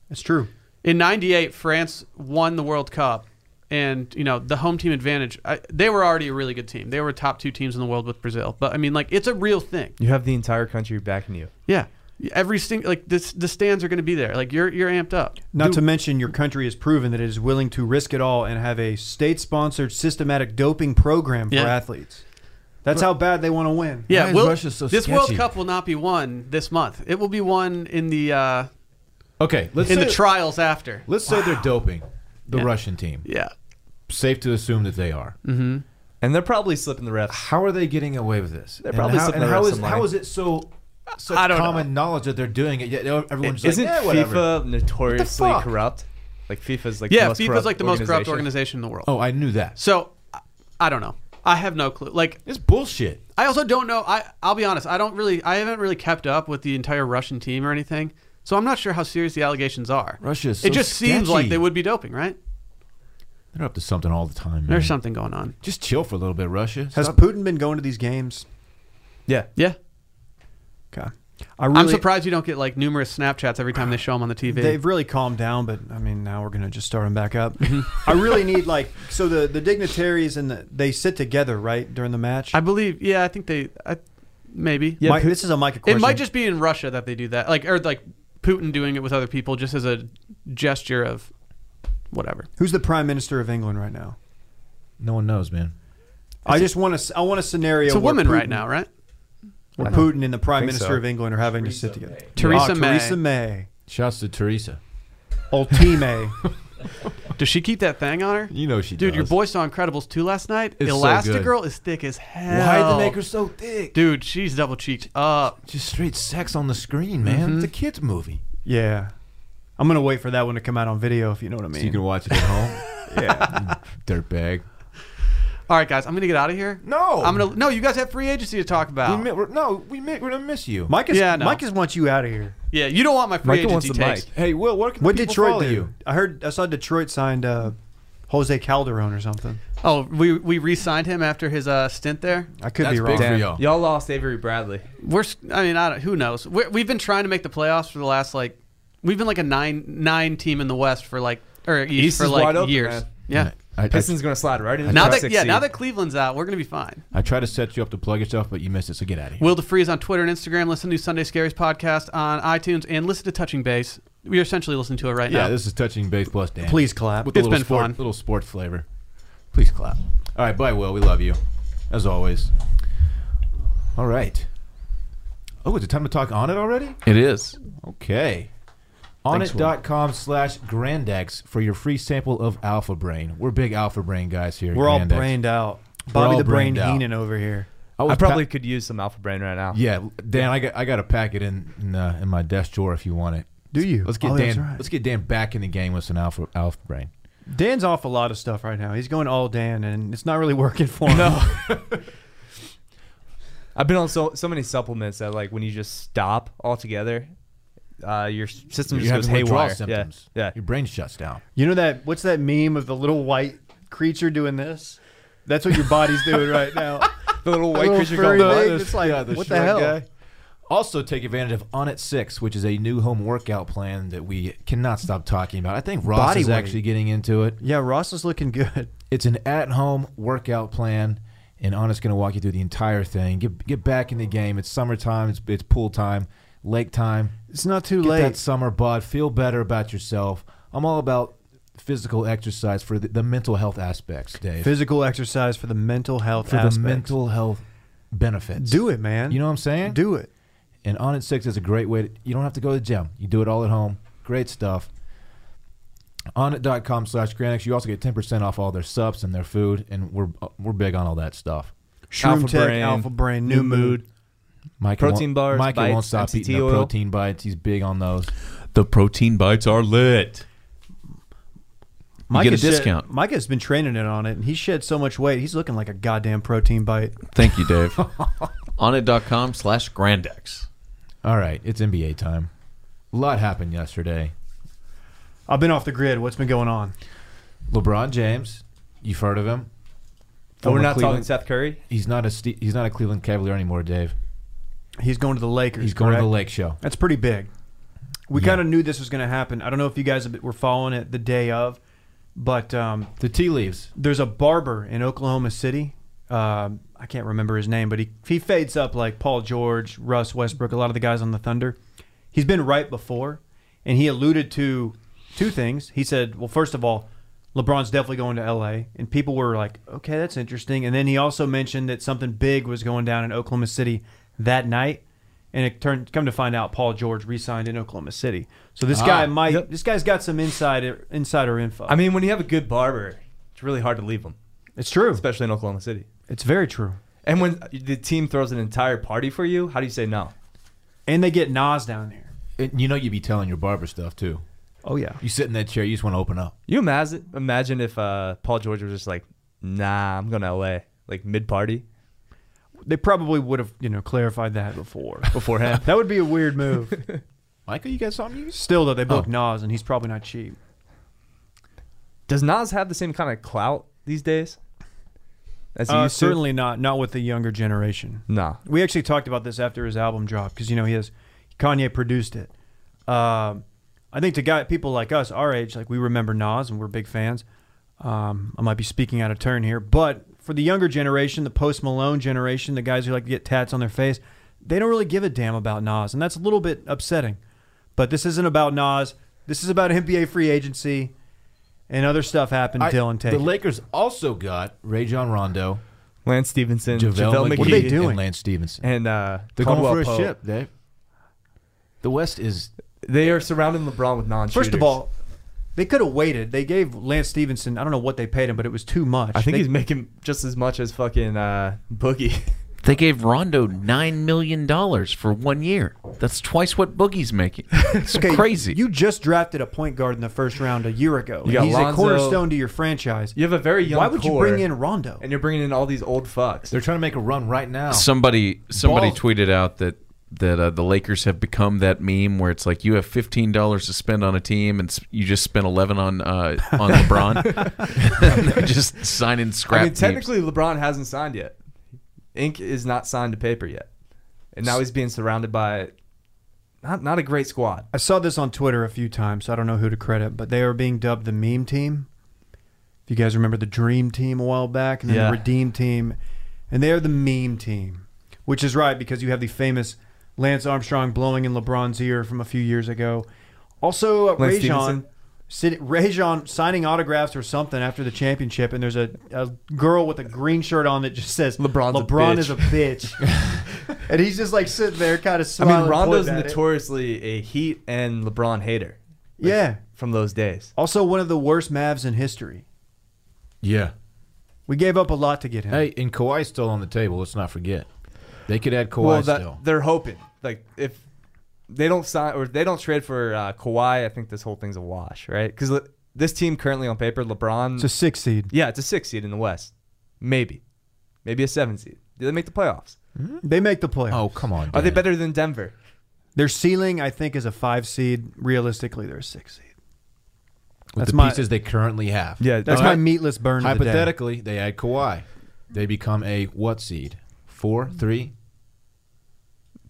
[SPEAKER 3] It's true.
[SPEAKER 4] In '98, France won the World Cup, and you know the home team advantage. I, they were already a really good team. They were top two teams in the world with Brazil. But I mean, like, it's a real thing.
[SPEAKER 1] You have the entire country backing you.
[SPEAKER 4] Yeah, every single like this, the stands are going to be there. Like you're you're amped up.
[SPEAKER 3] Not to mention, your country has proven that it is willing to risk it all and have a state-sponsored systematic doping program for
[SPEAKER 4] Yeah.
[SPEAKER 3] athletes. That's how bad they want to win.
[SPEAKER 4] Yeah,
[SPEAKER 2] Why is
[SPEAKER 4] we'll-
[SPEAKER 2] Russia so
[SPEAKER 4] this World
[SPEAKER 2] sketchy?
[SPEAKER 4] Cup will not be won this month. It will be won in the uh,
[SPEAKER 2] Okay, let's
[SPEAKER 4] in
[SPEAKER 2] say,
[SPEAKER 4] the trials after.
[SPEAKER 2] let's say they're doping the Russian team.
[SPEAKER 4] Yeah,
[SPEAKER 2] Safe to assume that they are.
[SPEAKER 1] And they're probably slipping the refs.
[SPEAKER 2] How are they getting away with this?
[SPEAKER 1] They're
[SPEAKER 2] And
[SPEAKER 1] probably
[SPEAKER 2] how,
[SPEAKER 1] slipping
[SPEAKER 2] and
[SPEAKER 1] the
[SPEAKER 2] how
[SPEAKER 1] rest
[SPEAKER 2] is
[SPEAKER 1] of
[SPEAKER 2] how
[SPEAKER 1] money.
[SPEAKER 2] is it so such
[SPEAKER 4] I don't
[SPEAKER 2] common knowledge that they're doing it? Yet everyone's
[SPEAKER 1] Isn't
[SPEAKER 2] like, yeah, whatever.
[SPEAKER 1] FIFA notoriously
[SPEAKER 2] fuck?
[SPEAKER 1] corrupt? Like FIFA's like
[SPEAKER 4] yeah.
[SPEAKER 1] the most
[SPEAKER 4] FIFA's
[SPEAKER 1] corrupt
[SPEAKER 4] like the most corrupt organization in the world.
[SPEAKER 2] Oh, I knew that.
[SPEAKER 4] So I- I don't know. I have no clue. Like
[SPEAKER 2] It's bullshit.
[SPEAKER 4] I also don't know. I I'll be honest. I don't really. I haven't really kept up with the entire Russian team or anything. So I'm not sure how serious the allegations are.
[SPEAKER 2] Russia is so
[SPEAKER 4] it just seems like
[SPEAKER 2] sketchy.
[SPEAKER 4] they would be doping, right?
[SPEAKER 2] They're up to something all the time. Man.
[SPEAKER 4] There's something going on.
[SPEAKER 2] Just chill for a little bit, Russia.
[SPEAKER 3] Has
[SPEAKER 2] Stop-
[SPEAKER 3] Putin been going to these games?
[SPEAKER 1] Yeah.
[SPEAKER 4] Yeah.
[SPEAKER 3] Okay. I really,
[SPEAKER 4] I'm surprised you don't get like numerous Snapchats every time they show them on the TV.
[SPEAKER 3] They've really calmed down, but I mean, now we're gonna just start them back up.
[SPEAKER 4] Mm-hmm.
[SPEAKER 3] I really need like so the the dignitaries and the, they sit together right during the match.
[SPEAKER 4] I believe. Yeah, I think they. I, maybe.
[SPEAKER 1] Yeah,
[SPEAKER 3] Mike-
[SPEAKER 1] Putin-
[SPEAKER 3] this is a Micah
[SPEAKER 4] It
[SPEAKER 3] question.
[SPEAKER 4] might just be in Russia that they do that, like or like Putin doing it with other people, just as a gesture of whatever.
[SPEAKER 3] Who's the prime minister of England right now?
[SPEAKER 2] no one knows, man.
[SPEAKER 3] I just want to. I want a scenario.
[SPEAKER 4] It's a
[SPEAKER 3] where
[SPEAKER 4] woman
[SPEAKER 3] Putin,
[SPEAKER 4] right now, right?
[SPEAKER 3] Where Putin and the prime
[SPEAKER 1] Think
[SPEAKER 3] minister
[SPEAKER 1] so.
[SPEAKER 3] of England are having to sit together.
[SPEAKER 4] Theresa
[SPEAKER 3] Ah,
[SPEAKER 4] May.
[SPEAKER 3] Theresa May.
[SPEAKER 2] Shouts to Teresa.
[SPEAKER 3] Old team May.
[SPEAKER 4] Does she keep that thing on her?
[SPEAKER 2] You know she
[SPEAKER 4] Dude,
[SPEAKER 2] does.
[SPEAKER 4] your boy saw Incredibles 2 last night.
[SPEAKER 2] It's so good.
[SPEAKER 4] Elastigirl is thick as hell.
[SPEAKER 2] Why'd they make her so thick?
[SPEAKER 4] Dude, she's double cheeked up.
[SPEAKER 2] Just straight sex on the screen, man. It's a kids movie.
[SPEAKER 3] yeah. I'm gonna wait for that one to come out on video if you know what I
[SPEAKER 2] So
[SPEAKER 3] mean.
[SPEAKER 2] you can watch it at home. yeah. Dirtbag.
[SPEAKER 4] All right, guys, I'm gonna get out of here.
[SPEAKER 2] No.
[SPEAKER 4] I'm gonna. No, you guys have free agency to talk
[SPEAKER 2] We
[SPEAKER 4] about.
[SPEAKER 2] mi- we're, no, we mi- we're gonna miss you.
[SPEAKER 3] Mike is,
[SPEAKER 4] Yeah, I know.
[SPEAKER 3] Mike just wants you out of here.
[SPEAKER 4] yeah, you don't want my free
[SPEAKER 1] Micah wants
[SPEAKER 4] agency
[SPEAKER 1] the
[SPEAKER 4] takes.
[SPEAKER 1] mic.
[SPEAKER 2] Hey, Will, where can
[SPEAKER 3] What
[SPEAKER 2] people
[SPEAKER 3] Detroit
[SPEAKER 2] follow
[SPEAKER 3] do?
[SPEAKER 2] you?
[SPEAKER 3] I heard I saw Detroit signed uh, Jose Calderon or something.
[SPEAKER 4] Oh, we we re-signed him after his uh, stint there.
[SPEAKER 3] I could
[SPEAKER 2] That's
[SPEAKER 3] be wrong.
[SPEAKER 2] big for
[SPEAKER 1] Damn.
[SPEAKER 2] y'all.
[SPEAKER 1] Y'all. lost Avery Bradley.
[SPEAKER 4] We're. s- I mean, I don't, who knows? We're, we've been trying to make the playoffs for the last like. We've been like a nine nine team in the West for like or East,
[SPEAKER 1] East
[SPEAKER 4] for
[SPEAKER 1] is
[SPEAKER 4] like
[SPEAKER 1] wide open,
[SPEAKER 4] years.
[SPEAKER 1] man.
[SPEAKER 4] Yeah.
[SPEAKER 2] I, I,
[SPEAKER 1] Pistons gonna slide right into the
[SPEAKER 4] Now
[SPEAKER 1] top
[SPEAKER 4] that
[SPEAKER 1] six
[SPEAKER 4] yeah,
[SPEAKER 1] seed.
[SPEAKER 4] now that Cleveland's out, we're gonna be fine.
[SPEAKER 2] I try to set you up to plug yourself, but you missed it, so get out of here.
[SPEAKER 4] Will DeFreeze on Twitter and Instagram. Listen to Sunday Scaries podcast on iTunes and listen to Touching Base. We are essentially listening to it right
[SPEAKER 2] yeah,
[SPEAKER 4] now.
[SPEAKER 2] this is touching base plus Dan.
[SPEAKER 3] Please clap.
[SPEAKER 2] With a
[SPEAKER 4] It's
[SPEAKER 2] little
[SPEAKER 4] been
[SPEAKER 2] sport,
[SPEAKER 4] fun.
[SPEAKER 2] Little sports flavor. Please clap. All right, bye, Will. We love you, as always. All right. Oh, is it time to talk on it already?
[SPEAKER 5] It is.
[SPEAKER 2] Okay. Onnit.com slash Grandex for your free sample of Alpha Brain. We're big Alpha Brain guys here. at
[SPEAKER 3] We're all
[SPEAKER 2] Grandex.
[SPEAKER 3] brained out. Bobby
[SPEAKER 2] all
[SPEAKER 3] the Brain
[SPEAKER 2] brained out.
[SPEAKER 3] Heenan over here.
[SPEAKER 2] was
[SPEAKER 1] I probably
[SPEAKER 2] pa-
[SPEAKER 1] could use some alpha brain right now.
[SPEAKER 2] yeah, Dan. I got I got a packet in in, uh, in my desk drawer if you want it.
[SPEAKER 3] Do you?
[SPEAKER 2] Let's get
[SPEAKER 3] Oh, that's
[SPEAKER 2] Dan.
[SPEAKER 3] right.
[SPEAKER 2] Let's get Dan back in the game with some Alpha Alpha Brain.
[SPEAKER 3] Dan's off a lot of stuff right now. He's going all Dan, and it's not really working for him. No.
[SPEAKER 1] I've been on so so many supplements that like when you just stop altogether, uh, your s- system
[SPEAKER 2] You're
[SPEAKER 1] just goes
[SPEAKER 2] having withdrawal
[SPEAKER 1] haywire.
[SPEAKER 2] symptoms.
[SPEAKER 1] Yeah, yeah.
[SPEAKER 2] Your brain shuts down.
[SPEAKER 3] You know that? What's that meme of the little white creature doing this? That's what your body's doing right now.
[SPEAKER 1] The little white
[SPEAKER 3] little
[SPEAKER 1] creature
[SPEAKER 3] furry
[SPEAKER 1] going.
[SPEAKER 3] thing.
[SPEAKER 1] by.
[SPEAKER 3] It's like, what the
[SPEAKER 2] Shrek
[SPEAKER 3] hell?
[SPEAKER 2] Also, take advantage of Onnit Six, which is a new home workout plan that we cannot stop talking about. I think Ross
[SPEAKER 3] Body
[SPEAKER 2] is
[SPEAKER 3] weight.
[SPEAKER 2] actually getting into it.
[SPEAKER 3] Yeah, Ross is looking good.
[SPEAKER 2] It's an at-home workout plan, and Onnit's going to walk you through the entire thing. Get get back in the game. It's summertime. It's it's pool time, lake time.
[SPEAKER 3] It's not too
[SPEAKER 2] Get
[SPEAKER 3] late.
[SPEAKER 2] that summer bud. Feel better about yourself. I'm all about physical exercise for the, the mental health aspects, Dave.
[SPEAKER 3] Physical exercise for the mental health.
[SPEAKER 2] for
[SPEAKER 3] aspects.
[SPEAKER 2] the mental health benefits.
[SPEAKER 3] Do it, man.
[SPEAKER 2] You know what I'm saying?
[SPEAKER 3] Do it.
[SPEAKER 2] And On It Six is a great way. To, you don't have to go to the gym. You do it all at home. Great stuff. Onnit.com slash Granix. You also get 10% off all their subs and their food. And we're we're big on all that stuff.
[SPEAKER 3] Shroom
[SPEAKER 1] Alpha
[SPEAKER 3] Tech,
[SPEAKER 1] Brain,
[SPEAKER 3] Alpha Brain, New,
[SPEAKER 1] New
[SPEAKER 3] mood.
[SPEAKER 1] Mood.
[SPEAKER 2] Mike
[SPEAKER 1] Protein
[SPEAKER 2] won't,
[SPEAKER 1] bars,
[SPEAKER 2] Mike won't
[SPEAKER 1] bites,
[SPEAKER 2] stop
[SPEAKER 1] MCT
[SPEAKER 2] eating the
[SPEAKER 1] oil.
[SPEAKER 2] protein bites. He's big on those.
[SPEAKER 5] The protein bites are lit.
[SPEAKER 3] Mike
[SPEAKER 5] get a
[SPEAKER 3] has shed-
[SPEAKER 5] discount.
[SPEAKER 3] Mike has been training it on it, and he shed so much weight. He's looking like a goddamn protein bite.
[SPEAKER 5] Thank you, Dave. Onnit.com slash Grandex.
[SPEAKER 2] All right, it's NBA time. A lot happened yesterday.
[SPEAKER 3] I've been off the grid. What's been going on?
[SPEAKER 2] LeBron James, you've heard of him.
[SPEAKER 1] But we're
[SPEAKER 2] Former
[SPEAKER 1] not talking
[SPEAKER 2] Cleveland-
[SPEAKER 1] Seth Curry.
[SPEAKER 2] He's not a Ste he's not a Cleveland Cavalier anymore, Dave.
[SPEAKER 3] He's going to the Lakers.
[SPEAKER 2] He's going to
[SPEAKER 3] correct?
[SPEAKER 2] the Lake Show.
[SPEAKER 3] That's pretty big. We
[SPEAKER 2] Yeah.
[SPEAKER 3] kind of knew this was going to happen. I don't know if you guys were following it the day of, but um,
[SPEAKER 2] The tea leaves.
[SPEAKER 3] there's a barber in Oklahoma City. Um, I can't remember his name, but he he fades up like Paul George, Russ Westbrook, a lot of the guys on the Thunder. He's been right before, and he alluded to two things. He said, "Well, first of all, LeBron's definitely going to L.A.," and people were like, "Okay, that's interesting." And then he also mentioned that something big was going down in Oklahoma City that night, and it turned come to find out Paul George re-signed in Oklahoma City. So this guy might
[SPEAKER 1] Ah, yep.
[SPEAKER 3] this guy's got some insider insider info.
[SPEAKER 1] I mean, when you have a good barber, it's really hard to leave him,
[SPEAKER 3] it's true.
[SPEAKER 1] especially in Oklahoma City.
[SPEAKER 3] It's very true.
[SPEAKER 1] And when the team throws an entire party for you, how do you say no?
[SPEAKER 3] And they get Nas down there.
[SPEAKER 2] And you know you'd be telling your barber stuff too.
[SPEAKER 3] Oh yeah.
[SPEAKER 2] You sit in that chair, you just want to open up.
[SPEAKER 1] You imagine imagine if uh, Paul George was just like, nah, I'm going to LA, like mid party
[SPEAKER 3] They probably would have, you know, clarified that before.
[SPEAKER 1] beforehand.
[SPEAKER 3] that would be a weird move.
[SPEAKER 2] Michael, you got something you
[SPEAKER 3] Still though, they booked Nas and he's probably not cheap.
[SPEAKER 1] Does Nas have the same kind of clout these days? As he
[SPEAKER 3] Uh,
[SPEAKER 1] used to?
[SPEAKER 3] certainly not not with the younger generation.
[SPEAKER 1] Nah.
[SPEAKER 3] We actually talked about this after his album dropped because you know he has Kanye produced it. Um, I think to guy people like us our age, like we remember Nas and we're big fans. Um, I might be speaking out of turn here, but for the younger generation, the post Malone generation, the guys who like to get tats on their face, they don't really give a damn about Nas, and that's a little bit upsetting. But this isn't about Nas. This is about NBA free agency and other stuff happened. Dylan, take
[SPEAKER 2] The
[SPEAKER 3] it.
[SPEAKER 2] Lakers also got Ray John Rondo,
[SPEAKER 1] Lance Stevenson,
[SPEAKER 2] JaVale,
[SPEAKER 1] JaVale
[SPEAKER 2] McGee,
[SPEAKER 1] McGee,
[SPEAKER 3] What are they doing?
[SPEAKER 2] and Lance Stevenson.
[SPEAKER 1] and uh,
[SPEAKER 2] They're going
[SPEAKER 1] Caldwell
[SPEAKER 2] for a
[SPEAKER 1] Pope.
[SPEAKER 2] ship, Dave. The West is
[SPEAKER 1] They are surrounding LeBron with non
[SPEAKER 3] First of all, they could have waited. They gave Lance Stevenson, I don't know what they paid him, but it was too much.
[SPEAKER 1] I think
[SPEAKER 3] They-
[SPEAKER 1] he's making just as much as fucking uh, Boogie.
[SPEAKER 5] They gave Rondo nine million dollars for one year. That's twice what Boogie's making. It's
[SPEAKER 3] Okay,
[SPEAKER 5] crazy.
[SPEAKER 3] You just drafted a point guard in the first round a year ago.
[SPEAKER 1] You got
[SPEAKER 3] he's a
[SPEAKER 1] Lonzo.
[SPEAKER 3] cornerstone to your franchise.
[SPEAKER 1] You have a very young
[SPEAKER 3] Why would you
[SPEAKER 1] core,
[SPEAKER 3] bring in Rondo?
[SPEAKER 1] and you're bringing in all these old fucks.
[SPEAKER 2] they're trying to make a run right now.
[SPEAKER 5] somebody somebody
[SPEAKER 2] Balls.
[SPEAKER 5] tweeted out that that uh, the Lakers have become that meme where it's like you have fifteen dollars to spend on a team and s- you just spent eleven on uh, on LeBron. They're just signing scrap.
[SPEAKER 1] I mean,
[SPEAKER 5] teams.
[SPEAKER 1] technically, LeBron hasn't signed yet. Ink is not signed to paper yet, and now he's being surrounded by not not a great squad.
[SPEAKER 3] I saw this on Twitter a few times. So I don't know who to credit, but they are being dubbed the meme team. If you guys remember the Dream Team a while back, and then
[SPEAKER 1] Yeah.
[SPEAKER 3] the Redeem Team, and they are the meme team, which is right because you have the famous Lance Armstrong blowing in LeBron's ear from a few years ago. Also, uh,
[SPEAKER 1] Lance
[SPEAKER 3] Rajon,
[SPEAKER 1] Stevenson?
[SPEAKER 3] sit, Rajon signing autographs or something after the championship, and there's a, a girl with a green shirt on that just says
[SPEAKER 1] LeBron's a
[SPEAKER 3] LeBron
[SPEAKER 1] bitch."
[SPEAKER 3] is a bitch, and he's just like sitting there, kind of
[SPEAKER 1] I
[SPEAKER 3] smiling.
[SPEAKER 1] mean, Rondo's
[SPEAKER 3] pointing at it.
[SPEAKER 1] notoriously a Heat and LeBron hater. like,
[SPEAKER 3] Yeah.
[SPEAKER 1] from those days.
[SPEAKER 3] Also, one of the worst Mavs in history.
[SPEAKER 2] yeah.
[SPEAKER 3] We gave up a lot to get him.
[SPEAKER 2] Hey, and Kawhi's still on the table. Let's not forget. They could add Kawhi
[SPEAKER 1] well, that,
[SPEAKER 2] still.
[SPEAKER 1] they're hoping like if they don't sign or if they don't trade for uh, Kawhi, I think this whole thing's a wash, right? Because le- this team currently on paper, LeBron,
[SPEAKER 3] It's a six seed.
[SPEAKER 1] yeah, it's a six seed in the West, maybe, maybe a seven seed. Do they make the playoffs?
[SPEAKER 3] They make the playoffs.
[SPEAKER 2] oh, come on.
[SPEAKER 1] Are they
[SPEAKER 2] Dan.
[SPEAKER 1] better than Denver?
[SPEAKER 3] Their ceiling, I think, is a five seed. Realistically, they're a six seed.
[SPEAKER 2] with
[SPEAKER 3] That's
[SPEAKER 2] the
[SPEAKER 3] my-
[SPEAKER 2] pieces they currently have?
[SPEAKER 1] Yeah,
[SPEAKER 3] That's
[SPEAKER 1] uh,
[SPEAKER 3] my meatless burn. of the day.
[SPEAKER 2] Hypothetically, they add Kawhi. They become a what seed? Four, three.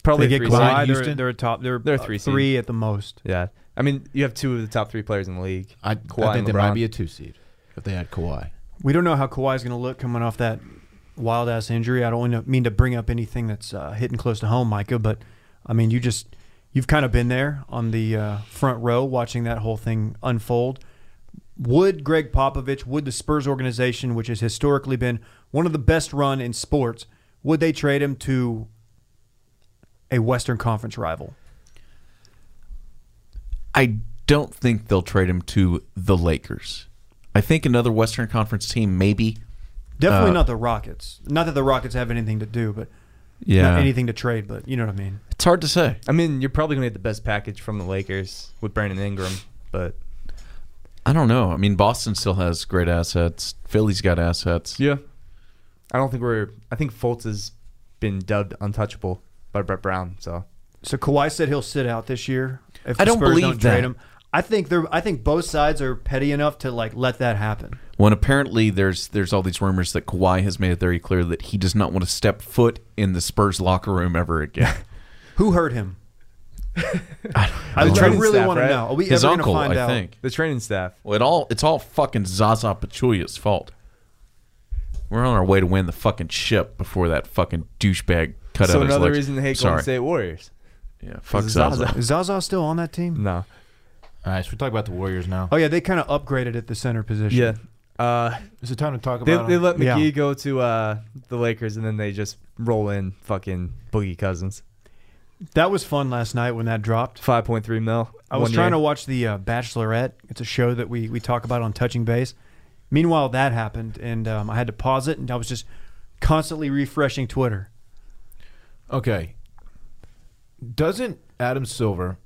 [SPEAKER 1] probably
[SPEAKER 3] they get
[SPEAKER 1] three
[SPEAKER 2] Kawhi.
[SPEAKER 1] seed.
[SPEAKER 3] Kawhi. They're,
[SPEAKER 2] Houston?
[SPEAKER 3] they're a top. They're,
[SPEAKER 1] They're a
[SPEAKER 3] uh,
[SPEAKER 1] three seed.
[SPEAKER 3] Three at the most.
[SPEAKER 1] Yeah, I mean, you have two of the top three players in the league.
[SPEAKER 2] I, I
[SPEAKER 1] Kawhi
[SPEAKER 2] think
[SPEAKER 1] and
[SPEAKER 2] they might
[SPEAKER 1] LeBron.
[SPEAKER 2] be a two seed if they add Kawhi.
[SPEAKER 3] We don't know how Kawhi's going to look coming off that wild ass injury. I don't wanna- mean to bring up anything that's uh, hitting close to home, Micah, but I mean, you just you've kind of been there on the uh, front row watching that whole thing unfold. Would Greg Popovich, would the Spurs organization, which has historically been one of the best run in sports, would they trade him to a Western Conference rival?
[SPEAKER 5] I don't think they'll trade him to the Lakers. I think another Western Conference team, maybe.
[SPEAKER 3] Definitely
[SPEAKER 5] Uh,
[SPEAKER 3] not the Rockets. Not that the Rockets have anything to do, but
[SPEAKER 5] Yeah.
[SPEAKER 3] not anything to trade, but you know what I mean.
[SPEAKER 5] It's hard to say.
[SPEAKER 1] I mean, you're probably gonna get the best package from the Lakers with Brandon Ingram, but
[SPEAKER 5] I don't know. I mean, Boston still has great assets. Philly's got assets.
[SPEAKER 1] yeah, I don't think we're. I think Fultz has been dubbed untouchable by Brett Brown, so
[SPEAKER 3] So Kawhi said he'll sit out this year. If
[SPEAKER 5] I
[SPEAKER 3] the
[SPEAKER 5] don't
[SPEAKER 3] Spurs
[SPEAKER 5] believe
[SPEAKER 3] don't trade
[SPEAKER 5] that.
[SPEAKER 3] him. I think they're. I think both sides are petty enough to like let that happen.
[SPEAKER 5] When apparently there's there's all these rumors that Kawhi has made it very clear that he does not want to step foot in the Spurs locker room ever again.
[SPEAKER 3] Who hurt him? I,
[SPEAKER 1] The
[SPEAKER 3] I
[SPEAKER 1] training
[SPEAKER 3] really
[SPEAKER 1] staff,
[SPEAKER 3] want
[SPEAKER 1] right?
[SPEAKER 3] to know. Are we
[SPEAKER 5] His
[SPEAKER 3] ever
[SPEAKER 5] uncle,
[SPEAKER 3] gonna find
[SPEAKER 5] I
[SPEAKER 3] out?
[SPEAKER 5] think.
[SPEAKER 1] The training staff.
[SPEAKER 5] Well, it all it's all fucking Zaza Pachulia's fault. We're on our way to win the fucking ship before that fucking douchebag cut
[SPEAKER 1] so
[SPEAKER 5] out his
[SPEAKER 1] another
[SPEAKER 5] legs.
[SPEAKER 1] reason to hate
[SPEAKER 5] Sorry.
[SPEAKER 1] Golden State Warriors.
[SPEAKER 5] Yeah, fuck
[SPEAKER 1] Zaza.
[SPEAKER 5] Zaza. Mm.
[SPEAKER 3] Is Zaza still on that team?
[SPEAKER 1] No.
[SPEAKER 2] All right, so we talk about the Warriors now.
[SPEAKER 3] Oh yeah, they kind of upgraded at the center position.
[SPEAKER 1] Yeah. Uh,
[SPEAKER 2] Is it time to talk
[SPEAKER 1] they,
[SPEAKER 2] about
[SPEAKER 1] they
[SPEAKER 2] them?
[SPEAKER 1] let
[SPEAKER 3] Yeah.
[SPEAKER 1] McGee go to uh, the Lakers, and then they just roll in fucking Boogie Cousins.
[SPEAKER 3] that was fun last night when that dropped.
[SPEAKER 1] 5.3 mil.
[SPEAKER 3] I was trying to watch the uh, Bachelorette. It's a show that we we talk about on Touching Base. Meanwhile, that happened, and um, I had to pause it, and I was just constantly refreshing Twitter.
[SPEAKER 2] Okay. Doesn't Adam Silver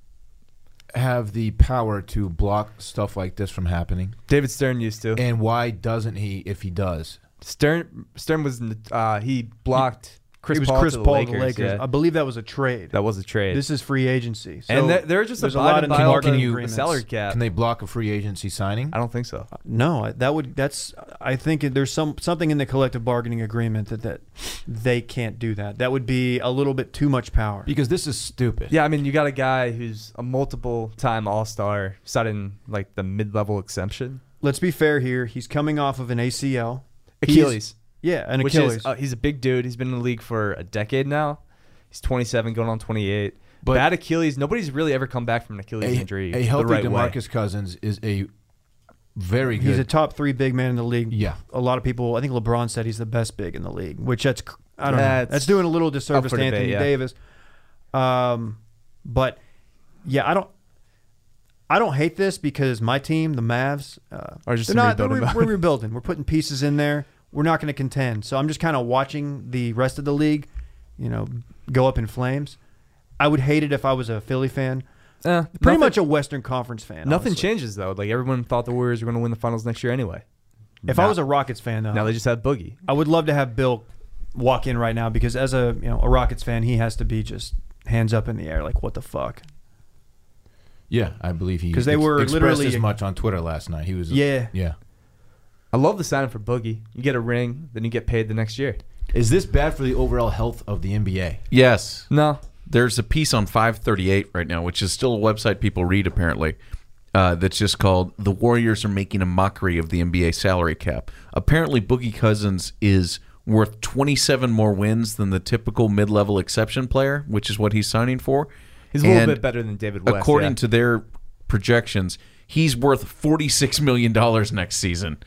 [SPEAKER 2] have the power to block stuff like this from happening?
[SPEAKER 1] David Stern used to.
[SPEAKER 2] And why doesn't he if he does?
[SPEAKER 1] Stern Stern was in the- uh, he blocked Chris
[SPEAKER 3] it was
[SPEAKER 1] Paul
[SPEAKER 3] Chris
[SPEAKER 1] to the
[SPEAKER 3] Paul
[SPEAKER 1] Lakers.
[SPEAKER 3] to the Lakers.
[SPEAKER 1] yeah.
[SPEAKER 3] I believe that was a trade.
[SPEAKER 1] That was a trade.
[SPEAKER 3] This is free agency. So
[SPEAKER 1] and there, there was just
[SPEAKER 3] there's
[SPEAKER 1] a, lot of
[SPEAKER 3] in the bargain
[SPEAKER 1] bargaining
[SPEAKER 3] agreements.
[SPEAKER 1] salary cap.
[SPEAKER 2] Can they block a free agency signing?
[SPEAKER 1] I don't think so.
[SPEAKER 3] No, I- that would that's. I think there's some something in the collective bargaining agreement that that they can't do that. That would be a little bit too much power.
[SPEAKER 2] Because this is stupid.
[SPEAKER 1] Yeah, I mean, you got a guy who's a multiple time All Star, sudden like the mid level exemption,
[SPEAKER 3] Let's be fair here. He's coming off of an ACL, He's-
[SPEAKER 1] Achilles,
[SPEAKER 3] yeah, an
[SPEAKER 1] which
[SPEAKER 3] Achilles.
[SPEAKER 1] is uh, he's a big dude. He's been in the league for a decade now. He's 27, going on 28.
[SPEAKER 2] But-
[SPEAKER 1] Bad Achilles. Nobody's really ever come back from an Achilles
[SPEAKER 2] A,
[SPEAKER 1] injury
[SPEAKER 2] a healthy
[SPEAKER 1] the right way.
[SPEAKER 2] DeMarcus Cousins is a very good
[SPEAKER 3] he's a top three big man in the league.
[SPEAKER 2] Yeah.
[SPEAKER 3] a lot of people. I think LeBron said he's the best big in the league, which that's cr- I don't
[SPEAKER 1] That's
[SPEAKER 3] know. That's doing a little disservice
[SPEAKER 1] for
[SPEAKER 3] to
[SPEAKER 1] debate,
[SPEAKER 3] Anthony
[SPEAKER 1] yeah.
[SPEAKER 3] Davis. Um, but yeah, I don't. I don't hate this because my team, the Mavs, uh,
[SPEAKER 1] Are just
[SPEAKER 3] they're
[SPEAKER 1] in
[SPEAKER 3] not. They're,
[SPEAKER 1] rebuilding
[SPEAKER 3] re-
[SPEAKER 1] mode.
[SPEAKER 3] we're rebuilding. We're putting pieces in there. We're not going to contend. So I'm just kind of watching the rest of the league, you know, go up in flames. I would hate it if I was a Philly fan.
[SPEAKER 1] Eh,
[SPEAKER 3] Pretty
[SPEAKER 1] nothing-
[SPEAKER 3] much a Western Conference fan.
[SPEAKER 1] Nothing
[SPEAKER 3] honestly.
[SPEAKER 1] changes though. Like everyone thought the Warriors were going to win the finals next year anyway.
[SPEAKER 3] If I was a Rockets fan, though,
[SPEAKER 1] now they just have Boogie.
[SPEAKER 3] I would love to have Bill walk in right now because as a you know a Rockets fan, he has to be just hands up in the air, like what the fuck?
[SPEAKER 2] Yeah, I believe he
[SPEAKER 3] 'Cause they
[SPEAKER 2] ex-
[SPEAKER 3] were
[SPEAKER 2] expressed
[SPEAKER 3] literally-
[SPEAKER 2] as much on Twitter last night. He was
[SPEAKER 3] Yeah.
[SPEAKER 2] yeah.
[SPEAKER 1] I love the signing for Boogie. You get a ring, then you get paid the next year.
[SPEAKER 2] Is this bad for the overall health of the NBA?
[SPEAKER 5] Yes.
[SPEAKER 1] No,
[SPEAKER 5] There's a piece on 538 right now, which is still a website people read apparently, uh, that's just called The Warriors Are Making a Mockery of the NBA Salary Cap. Apparently, Boogie Cousins is worth 27 more wins than the typical mid level exception player, which is what he's signing for.
[SPEAKER 1] he's a little
[SPEAKER 5] And
[SPEAKER 1] bit better than David West.
[SPEAKER 5] according
[SPEAKER 1] yeah.
[SPEAKER 5] to their projections, he's worth $46 million next season.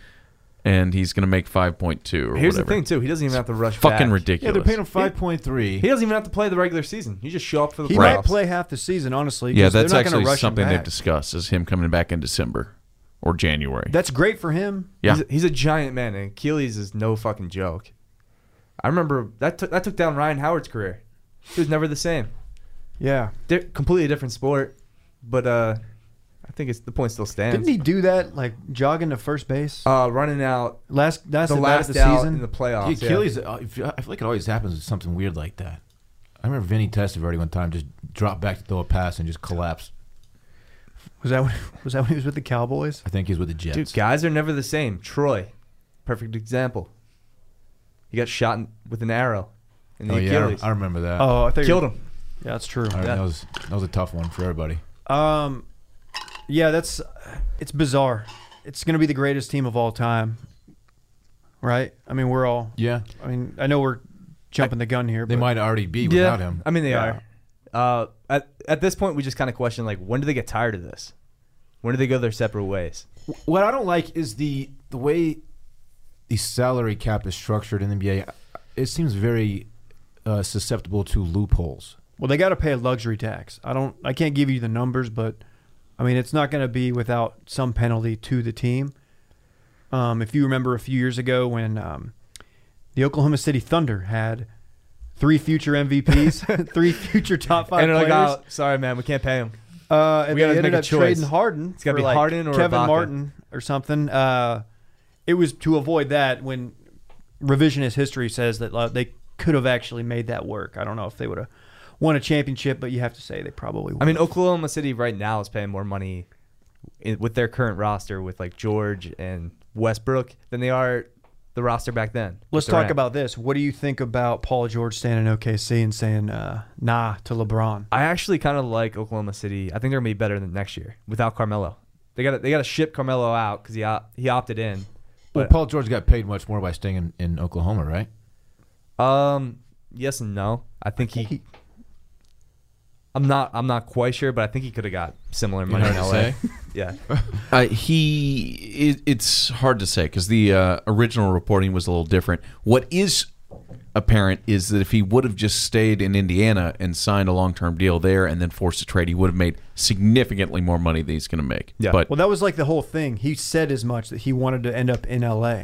[SPEAKER 5] And he's going to make 5.2 or
[SPEAKER 1] here's
[SPEAKER 5] whatever.
[SPEAKER 1] the thing too, he doesn't even have to rush.
[SPEAKER 5] Fucking
[SPEAKER 1] back.
[SPEAKER 5] ridiculous.
[SPEAKER 2] Yeah, they're paying him five point three.
[SPEAKER 1] He doesn't even have to play the regular season. You just show up for the
[SPEAKER 3] He
[SPEAKER 1] playoffs.
[SPEAKER 3] might play half the season, honestly. 'cause
[SPEAKER 5] Yeah,
[SPEAKER 3] they're
[SPEAKER 5] that's
[SPEAKER 3] not gonna
[SPEAKER 5] actually
[SPEAKER 3] rush him
[SPEAKER 5] something they've
[SPEAKER 3] back.
[SPEAKER 5] discussed is him coming back in December or January.
[SPEAKER 3] That's great for him.
[SPEAKER 5] yeah.
[SPEAKER 1] He's, a, he's a giant man, and Achilles is no fucking joke. I remember that took that took down Ryan Howard's career. He was never the same.
[SPEAKER 3] Yeah.
[SPEAKER 1] They're completely different sport, but uh, I think it's the point still stands.
[SPEAKER 3] Didn't he do that like jogging to first base
[SPEAKER 1] uh, running out
[SPEAKER 3] last last
[SPEAKER 1] the
[SPEAKER 3] at bat
[SPEAKER 1] last
[SPEAKER 3] of the
[SPEAKER 1] out
[SPEAKER 3] season?
[SPEAKER 1] in the playoffs.
[SPEAKER 2] The Achilles, uh, I feel I feel like it always happens with something weird like that. I remember Vinny Testaverde one time just dropped back to throw a pass and just collapsed.
[SPEAKER 3] was that when, was that when he was with the Cowboys?
[SPEAKER 2] I think he's with the Jets.
[SPEAKER 1] Dude, guys are never the same. Troy, perfect example. He got shot in, with an arrow in the
[SPEAKER 2] oh, yeah, I rem-
[SPEAKER 1] Achilles.
[SPEAKER 2] I remember that.
[SPEAKER 3] Oh, I think
[SPEAKER 1] Killed him.
[SPEAKER 3] Yeah, that's true.
[SPEAKER 2] I rem-
[SPEAKER 1] yeah.
[SPEAKER 2] That was that was a tough one for everybody.
[SPEAKER 3] Um, yeah, that's it's bizarre. It's going to be the greatest team of all time, right? I mean, we're all
[SPEAKER 2] Yeah,
[SPEAKER 3] I mean, I know we're jumping the gun here.
[SPEAKER 2] they
[SPEAKER 3] but
[SPEAKER 2] might already be without him.
[SPEAKER 1] I mean, they
[SPEAKER 3] Yeah.
[SPEAKER 1] are. Uh, at, at this point, we just kind of question like, when do they get tired of this? When do they go their separate ways?
[SPEAKER 2] What I don't like is the the way the salary cap is structured in the NBA. It seems very uh, susceptible to loopholes.
[SPEAKER 3] Well, they got to pay a luxury tax. I don't. I can't give you the numbers, but I mean, it's not going to be without some penalty to the team. Um, if you remember a few years ago when um, the Oklahoma City Thunder had three future MVPs, three future top five
[SPEAKER 1] and they're
[SPEAKER 3] players,
[SPEAKER 1] like, oh, sorry, man, we can't pay him.
[SPEAKER 3] uh, and
[SPEAKER 1] we
[SPEAKER 3] they
[SPEAKER 1] gotta
[SPEAKER 3] ended
[SPEAKER 1] make a
[SPEAKER 3] up
[SPEAKER 1] choice.
[SPEAKER 3] trading Harden.
[SPEAKER 1] It's gotta
[SPEAKER 3] for,
[SPEAKER 1] be
[SPEAKER 3] like,
[SPEAKER 1] Harden or
[SPEAKER 3] Kevin
[SPEAKER 1] Ibaka.
[SPEAKER 3] Martin or something. Uh, it was to avoid that when revisionist history says that uh, they could have actually made that work. I don't know if they would have won a championship, but you have to say they probably. Would.
[SPEAKER 1] I mean, Oklahoma City right now is paying more money i- with their current roster with like George and Westbrook than they are the roster back then. with
[SPEAKER 3] Let's talk
[SPEAKER 1] Durant.
[SPEAKER 3] about this. What do you think about Paul George staying in OKC and saying uh, nah to LeBron?
[SPEAKER 1] I actually kind of like Oklahoma City. I think they're gonna be better than next year without Carmelo. They got to they got to ship Carmelo out because he op- he opted in.
[SPEAKER 2] Well,
[SPEAKER 1] But-
[SPEAKER 2] Paul George got paid much more by staying in, in Oklahoma, right?
[SPEAKER 1] Um, yes and no. I think he. I'm not. I'm not quite sure, but I think he could have got similar money
[SPEAKER 2] know
[SPEAKER 1] in
[SPEAKER 2] what
[SPEAKER 1] LA.
[SPEAKER 2] to
[SPEAKER 1] Yeah,
[SPEAKER 5] Uh, he, it, it's hard to say because the uh, original reporting was a little different. What is apparent is that if he would have just stayed in Indiana and signed a long-term deal there and then forced a trade, he would have made significantly more money than he's going to make.
[SPEAKER 1] Yeah.
[SPEAKER 5] But
[SPEAKER 3] Well, that was like the whole thing. He said as much that he wanted to end up in LA,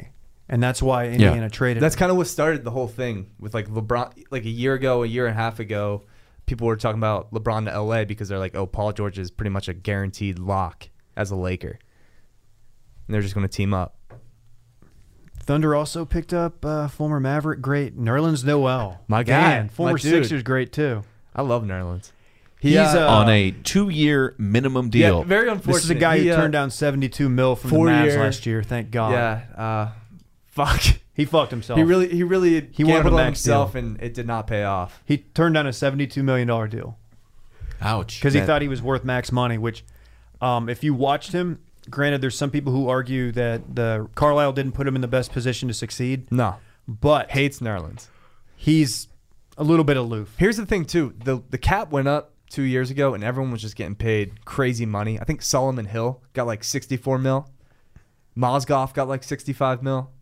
[SPEAKER 3] and that's why Indiana traded.
[SPEAKER 1] that's
[SPEAKER 3] him.
[SPEAKER 1] kind of what started the whole thing with like LeBron. Like a year ago, a year and a half ago, people were talking about LeBron to LA because they're like, "Oh, Paul George is pretty much a guaranteed lock as a Laker," and they're just going to team up.
[SPEAKER 3] Thunder also picked up uh, former Maverick great Nerlens Noel.
[SPEAKER 1] My guy,
[SPEAKER 3] Man,
[SPEAKER 1] my
[SPEAKER 3] former
[SPEAKER 1] dude.
[SPEAKER 3] Sixers great too.
[SPEAKER 1] I love Nerlens.
[SPEAKER 3] He's uh,
[SPEAKER 5] on a two-year minimum deal,
[SPEAKER 1] Yeah, very unfortunate.
[SPEAKER 3] this is a guy
[SPEAKER 1] He,
[SPEAKER 3] who
[SPEAKER 1] uh,
[SPEAKER 3] turned down seventy-two mil from the
[SPEAKER 1] four
[SPEAKER 3] Mavs
[SPEAKER 1] year-
[SPEAKER 3] last year. Thank God.
[SPEAKER 1] Yeah. Uh, fuck.
[SPEAKER 3] he fucked himself.
[SPEAKER 1] He really, he really
[SPEAKER 3] He wanted
[SPEAKER 1] gambled on
[SPEAKER 3] a max
[SPEAKER 1] himself,
[SPEAKER 3] deal.
[SPEAKER 1] and it did not pay off.
[SPEAKER 3] he turned down a seventy-two million dollar deal
[SPEAKER 2] Ouch.
[SPEAKER 3] because he
[SPEAKER 1] Man.
[SPEAKER 3] thought he was worth max money. Which, um, if you watched him, granted, there's some people who argue that the Carlisle didn't put him in the best position to succeed,
[SPEAKER 1] No,
[SPEAKER 3] but
[SPEAKER 1] hates Nerlens.
[SPEAKER 3] he's a little bit aloof.
[SPEAKER 1] Here's the thing too. The the cap went up two years ago and everyone was just getting paid crazy money. I think Solomon Hill got like sixty four mil. Mozgov got like sixty five mil.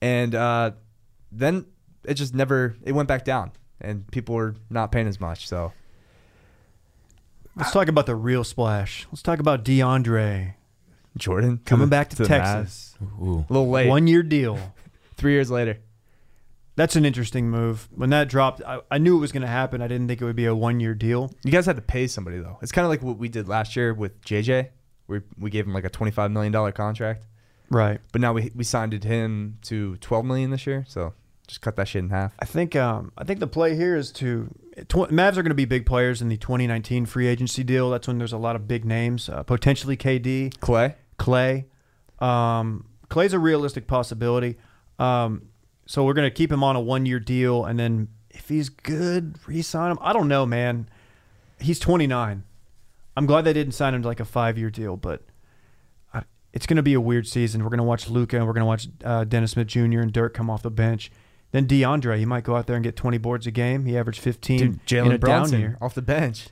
[SPEAKER 1] And uh, then it just never it went back down and people were not paying as much. So
[SPEAKER 3] Let's talk about the real splash. Let's talk about DeAndre
[SPEAKER 1] Jordan to
[SPEAKER 3] coming
[SPEAKER 1] the-
[SPEAKER 3] back to,
[SPEAKER 1] the
[SPEAKER 3] Texas.
[SPEAKER 2] Ooh.
[SPEAKER 1] Mavs. A little late.
[SPEAKER 3] One year deal.
[SPEAKER 1] three years later.
[SPEAKER 3] That's an interesting move. When that dropped, I, I knew it was going to happen. I didn't think it would be a one year deal.
[SPEAKER 1] You guys had to pay somebody though. It's kind of like what we did last year with JJ. We we gave him like a twenty five million dollar contract,
[SPEAKER 3] Right.
[SPEAKER 1] but now we we signed him to twelve million this year. So just cut that shit in half.
[SPEAKER 3] I think um, I think the play here is to tw- Mavs are going to be big players in the 2019 free agency deal. That's when there's a lot of big names, uh, potentially KD,
[SPEAKER 1] Clay.
[SPEAKER 3] Clay. Um, Clay's a realistic possibility. Um, so we're going to keep him on a one year deal, and then if he's good, re-sign him. I don't know, man. He's 29. I'm glad they didn't sign him to like a five year deal, but I, it's going to be a weird season. We're going to watch Luca and we're going to watch uh, Dennis Smith Jr. and Dirk come off the bench. Then DeAndre, he might go out there and get 20 boards a game. He averaged 15 in a down year.
[SPEAKER 1] off the bench.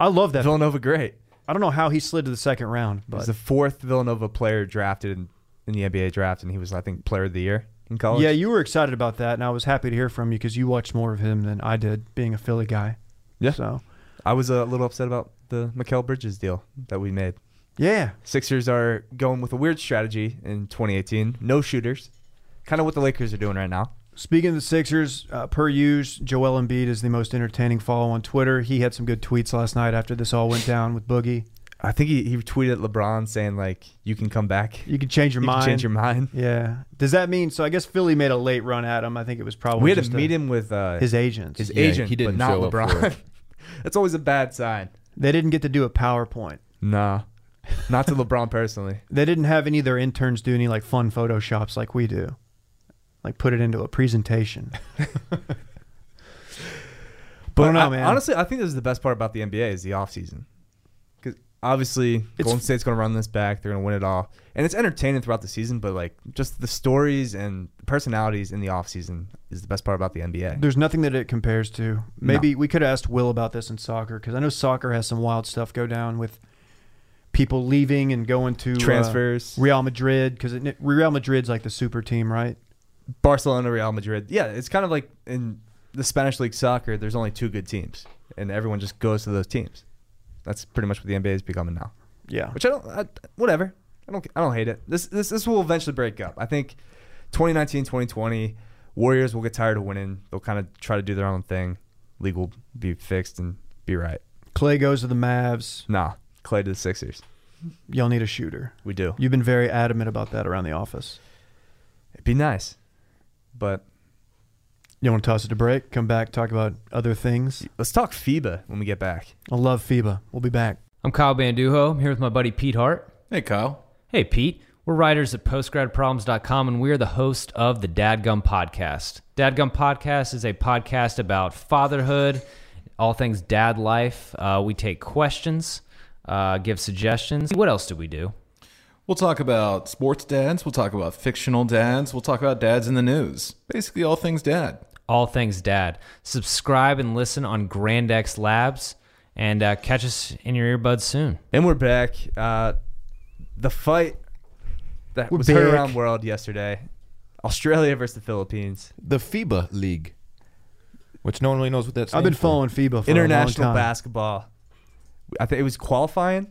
[SPEAKER 3] I love that.
[SPEAKER 1] Villanova great.
[SPEAKER 3] I don't know how he slid to the second round,
[SPEAKER 1] He was
[SPEAKER 3] but
[SPEAKER 1] the fourth Villanova player drafted in, in the NBA draft, and he was I think player of the year in college.
[SPEAKER 3] Yeah, you were excited about that, and I was happy to hear from you because you watched more of him than I did, being a Philly guy.
[SPEAKER 1] Yeah.
[SPEAKER 3] So
[SPEAKER 1] I was a little upset about the Mikel Bridges deal that we made.
[SPEAKER 3] yeah,
[SPEAKER 1] Sixers are going with a weird strategy in 2018. No shooters, kind of what the Lakers are doing right now.
[SPEAKER 3] speaking of the Sixers, uh, per use, Joel Embiid is the most entertaining follow on Twitter. He had some good tweets last night after this all went down with Boogie.
[SPEAKER 1] I think he, he tweeted LeBron saying like, "You can come back.
[SPEAKER 3] You can change your
[SPEAKER 1] You
[SPEAKER 3] mind.
[SPEAKER 1] can change your mind."
[SPEAKER 3] yeah. Does that mean so? I guess Philly made a late run at him. I think it was probably
[SPEAKER 1] we had
[SPEAKER 3] just
[SPEAKER 1] to
[SPEAKER 3] a-
[SPEAKER 1] meet him with uh, his
[SPEAKER 3] his agents.
[SPEAKER 1] his
[SPEAKER 2] Yeah,
[SPEAKER 1] agent,
[SPEAKER 2] he didn't
[SPEAKER 1] but not
[SPEAKER 2] show up for
[SPEAKER 1] LeBron.
[SPEAKER 2] it.
[SPEAKER 1] That's always a bad sign.
[SPEAKER 3] they didn't get to do a PowerPoint.
[SPEAKER 1] Nah, not to LeBron personally.
[SPEAKER 3] They didn't have any of their interns do any like fun photoshops like we do, like put it into a presentation.
[SPEAKER 1] But
[SPEAKER 3] don't know,
[SPEAKER 1] I-
[SPEAKER 3] man.
[SPEAKER 1] honestly, I think this is the best part about the NBA is the offseason. Because obviously, Golden State's going to run this back. They're going to win it all. And it's entertaining throughout the season, but like just the stories and personalities in the offseason is the best part about the NBA.
[SPEAKER 3] There's nothing that it compares to. Maybe we could have asked Will about this in soccer because I know soccer has some wild stuff go down with people leaving and going to uh,
[SPEAKER 1] Transfers,
[SPEAKER 3] Real Madrid because Real Madrid's like the super team, right?
[SPEAKER 1] Barcelona, Real Madrid. Yeah, it's kind of like in the Spanish league soccer, there's only two good teams, and everyone just goes to those teams. That's pretty much what the NBA is becoming now.
[SPEAKER 3] Yeah.
[SPEAKER 1] which I don't. I, whatever. I don't. I don't hate it. This this this will eventually break up. I think 2019, 2020, Warriors will get tired of winning. They'll kind of try to do their own thing. League will be fixed and be right.
[SPEAKER 3] Clay goes to the Mavs.
[SPEAKER 1] Nah, Clay to the Sixers.
[SPEAKER 3] Y'all need a shooter.
[SPEAKER 1] We do.
[SPEAKER 3] You've been very adamant about that around the office.
[SPEAKER 1] It'd be nice, but
[SPEAKER 3] You want to toss it to break? Come back, talk about other things.
[SPEAKER 1] let's talk FIBA when we get back.
[SPEAKER 3] I love FIBA. We'll be back.
[SPEAKER 6] I'm I'm Kyle Banduho. I'm here with my buddy Pete Hart.
[SPEAKER 5] Hey, Kyle.
[SPEAKER 6] Hey, Pete. We're writers at postgradproblems.com, and we're the host of the Dadgum Podcast. Dadgum Podcast is a podcast about fatherhood, all things dad life. Uh, we take questions, uh, give suggestions. What else do we do?
[SPEAKER 7] We'll talk about sports dads. We'll talk about fictional dads. We'll talk about dads in the news. Basically, all things dad.
[SPEAKER 6] All Things Dad. Subscribe and listen on Grand X Labs, and uh, catch us in your earbuds soon.
[SPEAKER 1] And we're back. Uh, the fight that was heard
[SPEAKER 2] back.
[SPEAKER 1] around world yesterday. Australia versus the Philippines.
[SPEAKER 2] The FIBA League, which no one really knows what that's.
[SPEAKER 3] I've been following FIBA for a
[SPEAKER 1] International
[SPEAKER 3] long time.
[SPEAKER 1] basketball. I think it was qualifying.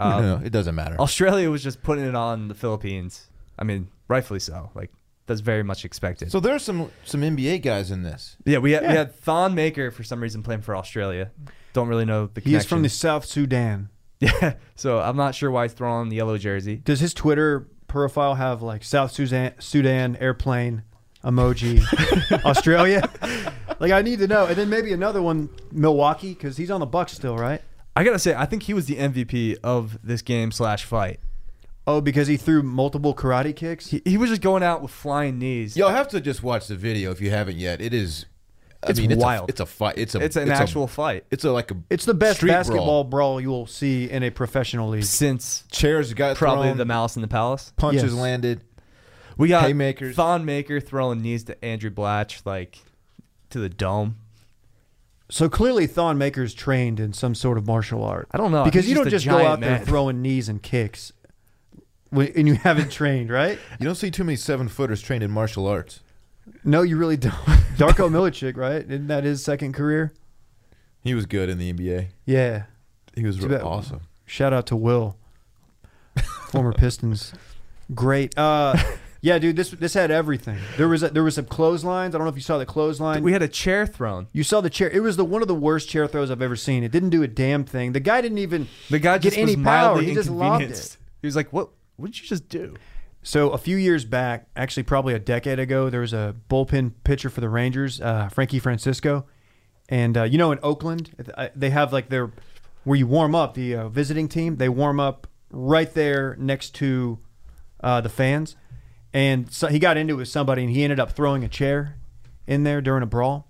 [SPEAKER 1] Uh,
[SPEAKER 2] No, no, it doesn't matter.
[SPEAKER 1] Australia was just putting it on the Philippines. I mean, rightfully so. Like that's very much expected.
[SPEAKER 2] So there's some some NBA guys in this.
[SPEAKER 1] yeah, we had, we had Thon Maker for some reason playing for Australia. Don't really know the
[SPEAKER 3] He
[SPEAKER 1] connection.
[SPEAKER 3] is from the South Sudan.
[SPEAKER 1] yeah. So I'm not sure why he's throwing on the yellow jersey.
[SPEAKER 3] Does his Twitter profile have like South Sudan, Sudan airplane emoji, Australia? Like I need to know, and then maybe another one, Milwaukee, because he's on the Bucks still, right?
[SPEAKER 1] I gotta say, I think he was the MVP of this game slash fight.
[SPEAKER 3] Oh, because he threw multiple karate kicks.
[SPEAKER 1] He, he was just going out with flying knees.
[SPEAKER 2] You'll have to just watch the video if you haven't yet. It is. I
[SPEAKER 1] It's
[SPEAKER 2] mean,
[SPEAKER 1] wild.
[SPEAKER 2] It's a, it's a fight. It's a.
[SPEAKER 1] it's an
[SPEAKER 2] a-
[SPEAKER 1] actual fight
[SPEAKER 2] it's a like a.
[SPEAKER 3] it's the best
[SPEAKER 2] street brawl.
[SPEAKER 3] basketball brawl. you will see in a professional league.
[SPEAKER 1] since
[SPEAKER 2] Chairs got
[SPEAKER 1] probably
[SPEAKER 2] thrown,
[SPEAKER 1] the Mouse in the Palace.
[SPEAKER 2] punches
[SPEAKER 3] Yes.
[SPEAKER 2] landed.
[SPEAKER 1] We got
[SPEAKER 2] Haymakers.
[SPEAKER 1] Thon Maker throwing knees to Andrew Blatch, like to the dome.
[SPEAKER 3] So clearly, Thon Maker's trained in some sort of martial art.
[SPEAKER 1] I don't know.
[SPEAKER 3] because
[SPEAKER 1] He's
[SPEAKER 3] you don't
[SPEAKER 1] just
[SPEAKER 3] just
[SPEAKER 1] a
[SPEAKER 3] go
[SPEAKER 1] giant
[SPEAKER 3] out there
[SPEAKER 1] man.
[SPEAKER 3] throwing knees and kicks, when- and you haven't trained, right?
[SPEAKER 2] You don't see too many seven footers trained in martial arts.
[SPEAKER 3] No, you really don't. Darko Milicic, right? Isn't that his second career?
[SPEAKER 2] He was good in the NBA.
[SPEAKER 3] Yeah.
[SPEAKER 2] He was
[SPEAKER 3] Too
[SPEAKER 2] real
[SPEAKER 3] bad-
[SPEAKER 2] awesome.
[SPEAKER 3] Shout out to Will, former Pistons. Great. Uh, yeah, dude, this this had everything. There was a, there was some clotheslines. I don't know if you saw the clothesline.
[SPEAKER 1] We had a chair thrown.
[SPEAKER 3] you saw the chair. It was the one of the worst chair throws I've ever seen. It didn't do a damn thing. The guy didn't even
[SPEAKER 1] The guy
[SPEAKER 3] get
[SPEAKER 1] just
[SPEAKER 3] any
[SPEAKER 1] was
[SPEAKER 3] power.
[SPEAKER 1] mildly
[SPEAKER 3] He just lobbed
[SPEAKER 1] inconvenienced.
[SPEAKER 3] it.
[SPEAKER 1] He was like, "What? What did you just do?"
[SPEAKER 3] So a few years back, actually probably a decade ago, there was a bullpen pitcher for the Rangers, uh, Frankie Francisco, and uh, you know in Oakland I- they have like their where you warm up the uh, visiting team. They warm up right there next to uh, the fans, and so he got into it with somebody, and he ended up throwing a chair in there during a brawl.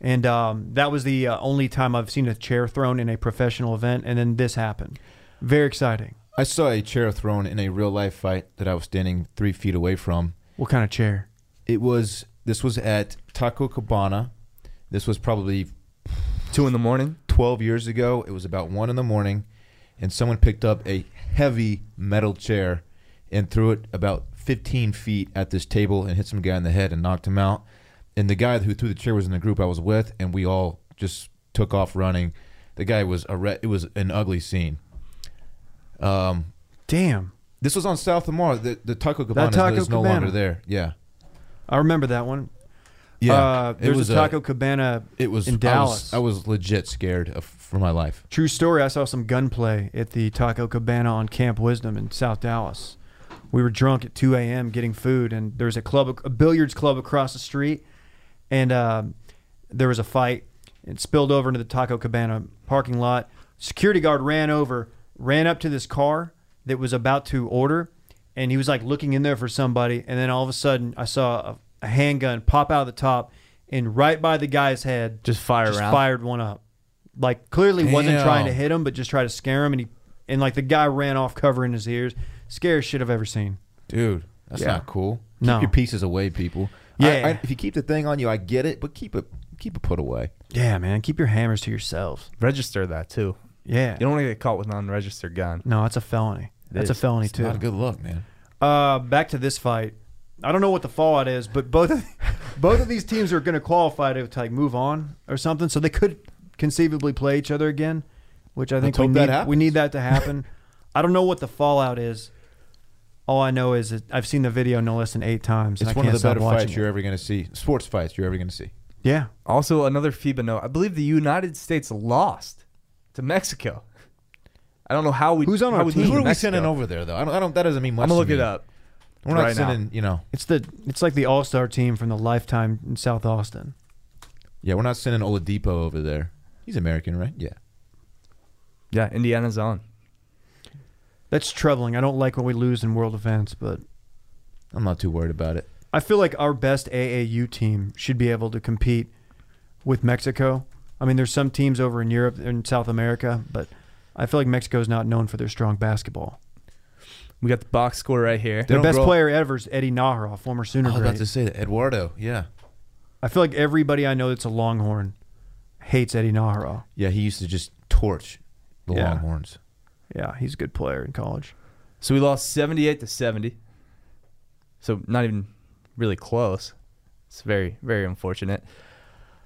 [SPEAKER 3] And um, that was the uh, only time I've seen a chair thrown in a professional event, and then this happened. Very exciting.
[SPEAKER 2] I saw a chair thrown in a real life fight that I was standing three feet away from.
[SPEAKER 3] What kind of chair?
[SPEAKER 2] It was this was at Taco Cabana. This was probably
[SPEAKER 1] Two in the morning.
[SPEAKER 2] 12 years ago. It was about one in the morning, and someone picked up a heavy metal chair and threw it about 15 feet at this table and hit some guy in the head and knocked him out. And the guy who threw the chair was in the group I was with, and we all just took off running. The guy was a re- it was an ugly scene. Um,
[SPEAKER 3] Damn.
[SPEAKER 2] this was on South Lamar. The, the Taco Cabana
[SPEAKER 3] Taco
[SPEAKER 2] is no
[SPEAKER 3] Cabana.
[SPEAKER 2] longer there. Yeah,
[SPEAKER 3] I remember that one.
[SPEAKER 2] yeah.
[SPEAKER 3] Uh,
[SPEAKER 2] it
[SPEAKER 3] there's
[SPEAKER 2] was
[SPEAKER 3] a Taco Cabana
[SPEAKER 2] it was I
[SPEAKER 3] in
[SPEAKER 2] was-
[SPEAKER 3] Dallas.
[SPEAKER 2] I was, legit scared of, for my life.
[SPEAKER 3] True story. I saw some gunplay at the Taco Cabana on Camp Wisdom in South Dallas. We were drunk at 2 a.m. getting food, and there was a club, a billiards club across the street, and um, there was a fight. It spilled over into the Taco Cabana parking lot. Security guard ran over, ran up to this car that was about to order, and he was like looking in there for somebody. And then all of a sudden, I saw a, a handgun pop out of the top, and right by the guy's head,
[SPEAKER 1] Just fire
[SPEAKER 3] just
[SPEAKER 1] around.
[SPEAKER 3] fired one up. Like clearly wasn't
[SPEAKER 2] Damn.
[SPEAKER 3] trying to hit him, but just tried to scare him, and he and like the guy ran off covering his ears. Scariest shit I've ever seen.
[SPEAKER 2] Dude, that's
[SPEAKER 3] Yeah.
[SPEAKER 2] not cool.
[SPEAKER 3] No.
[SPEAKER 2] Keep your pieces away, people.
[SPEAKER 3] Yeah.
[SPEAKER 2] I, I, if you keep the thing on you, I get it, but keep it keep it put away.
[SPEAKER 3] Yeah, man, keep your hammers to yourselves.
[SPEAKER 1] Register that too.
[SPEAKER 3] Yeah,
[SPEAKER 1] You don't want to get caught with an unregistered gun.
[SPEAKER 3] no, that's a felony. That's a
[SPEAKER 1] is.
[SPEAKER 3] felony
[SPEAKER 2] It's
[SPEAKER 3] too.
[SPEAKER 2] not a good look, man.
[SPEAKER 3] Uh, back to this fight. I don't know what the fallout is, but both of, both of these teams are going to qualify to, to, like move on or something, so they could conceivably play each other again, which I think we
[SPEAKER 2] hope that
[SPEAKER 3] need, we
[SPEAKER 2] happens.
[SPEAKER 3] need that to happen. I don't know what the fallout is. All I know is that I've seen the video no less than eight times. and
[SPEAKER 2] It's
[SPEAKER 3] I
[SPEAKER 2] one of
[SPEAKER 3] can't
[SPEAKER 2] the
[SPEAKER 3] stop
[SPEAKER 2] better
[SPEAKER 3] watching
[SPEAKER 2] fights
[SPEAKER 3] it.
[SPEAKER 2] you're ever going to see. Sports fights you're ever going to see.
[SPEAKER 3] Yeah,
[SPEAKER 1] Also, another FIBA note. I believe the United States lost to Mexico. I don't know how we.
[SPEAKER 3] Who's on
[SPEAKER 1] how
[SPEAKER 3] our
[SPEAKER 1] we
[SPEAKER 3] team?
[SPEAKER 1] lose
[SPEAKER 2] Who
[SPEAKER 1] to
[SPEAKER 2] are we
[SPEAKER 1] Mexico.
[SPEAKER 2] sending over there though? I don't. I don't that doesn't mean much.
[SPEAKER 1] I'm gonna look
[SPEAKER 2] to
[SPEAKER 1] it
[SPEAKER 2] me.
[SPEAKER 1] up.
[SPEAKER 2] We're not
[SPEAKER 1] right now.
[SPEAKER 2] sending. You know.
[SPEAKER 3] it's the it's like the All Star team from the Lifetime in South Austin.
[SPEAKER 2] Yeah, we're not sending Oladipo over there. He's American, right? Yeah.
[SPEAKER 1] Yeah, Indiana's on.
[SPEAKER 3] That's troubling. I don't like when we lose in world events, but
[SPEAKER 2] I'm not too worried about it.
[SPEAKER 3] I feel like our best AAU team should be able to compete with Mexico. I mean, there's some teams over in Europe and South America, but I feel like Mexico's not known for their strong basketball.
[SPEAKER 1] We got the box score right here.
[SPEAKER 3] Their
[SPEAKER 2] don't
[SPEAKER 3] best
[SPEAKER 2] grow- Oh,
[SPEAKER 3] player ever is Eddie Nahra, former Sooner
[SPEAKER 2] I was about
[SPEAKER 3] great.
[SPEAKER 2] to say that Eduardo. Yeah,
[SPEAKER 3] I feel like everybody I know that's a Longhorn hates Eddie Nahra.
[SPEAKER 2] yeah. He used to just torch the
[SPEAKER 3] Yeah.
[SPEAKER 2] Longhorns.
[SPEAKER 3] Yeah, he's a good player in college.
[SPEAKER 1] So we lost 78 to 70. So not even really close. It's very, very unfortunate.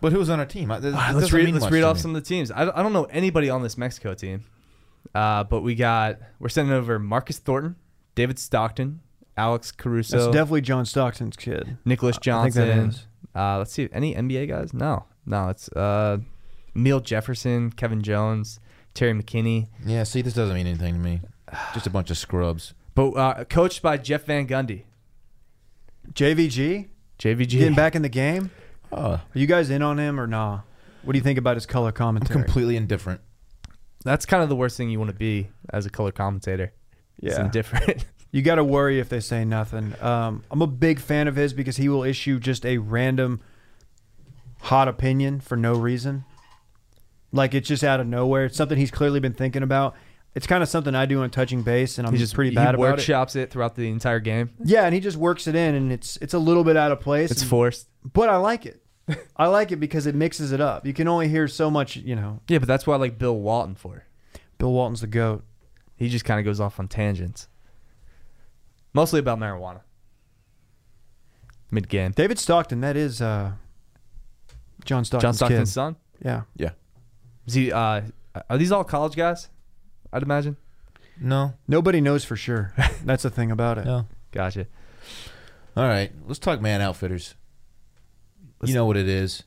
[SPEAKER 2] But who was on our team? I,
[SPEAKER 1] Uh, let's read, let's read off some of the teams. I, don't- I don't know anybody on this Mexico team, uh, but we got we're sending over Marcus Thornton, David Stockton, Alex Caruso,
[SPEAKER 3] That's definitely John Stockton's kid.
[SPEAKER 1] Nicholas
[SPEAKER 3] I think that
[SPEAKER 1] Johnson.
[SPEAKER 3] is.
[SPEAKER 1] Uh, let's see any NBA guys. No, no, it's uh, Neil Jefferson, Kevin Jones, Terry McKinney,
[SPEAKER 2] Yeah. See, this doesn't mean anything to me. Just a bunch of scrubs.
[SPEAKER 1] but uh, coached by Jeff Van Gundy,
[SPEAKER 3] JVG
[SPEAKER 1] JVG.
[SPEAKER 3] getting back in the game.
[SPEAKER 2] Oh,
[SPEAKER 3] Are you guys in on him or nah? What do you think about his color commentary?
[SPEAKER 2] completely indifferent.
[SPEAKER 1] That's kind of the worst thing you want to be as a color commentator. It's
[SPEAKER 3] Yeah.
[SPEAKER 1] indifferent.
[SPEAKER 3] You got to worry if they say nothing. Um, I'm a big fan of his because he will issue just a random hot opinion for no reason. Like it's just out of nowhere. It's something he's clearly been thinking about. It's kind of something I do on touching base, and I'm
[SPEAKER 1] He
[SPEAKER 3] just pretty
[SPEAKER 1] he
[SPEAKER 3] bad about it.
[SPEAKER 1] workshops it throughout the entire game.
[SPEAKER 3] Yeah, and he just works it in, and it's it's a little bit out of place.
[SPEAKER 1] It's
[SPEAKER 3] and-
[SPEAKER 1] forced.
[SPEAKER 3] but I like it. I like it because it mixes it up. You can only hear so much. You know,
[SPEAKER 1] Yeah, but that's what I like Bill Walton for.
[SPEAKER 3] Bill Walton's the goat.
[SPEAKER 1] He just kind of goes off on tangents, mostly about marijuana. Mid game,
[SPEAKER 3] David Stockton. That is uh, John Stockton's,
[SPEAKER 1] John Stockton's
[SPEAKER 3] kid.
[SPEAKER 1] son.
[SPEAKER 3] Yeah.
[SPEAKER 1] Is he? Uh, are these all college guys? I'd imagine.
[SPEAKER 2] No.
[SPEAKER 3] Nobody knows for sure. That's the thing about it.
[SPEAKER 2] No.
[SPEAKER 1] Gotcha.
[SPEAKER 2] All right. Let's talk man outfitters.
[SPEAKER 1] Let's-
[SPEAKER 2] you know what it is.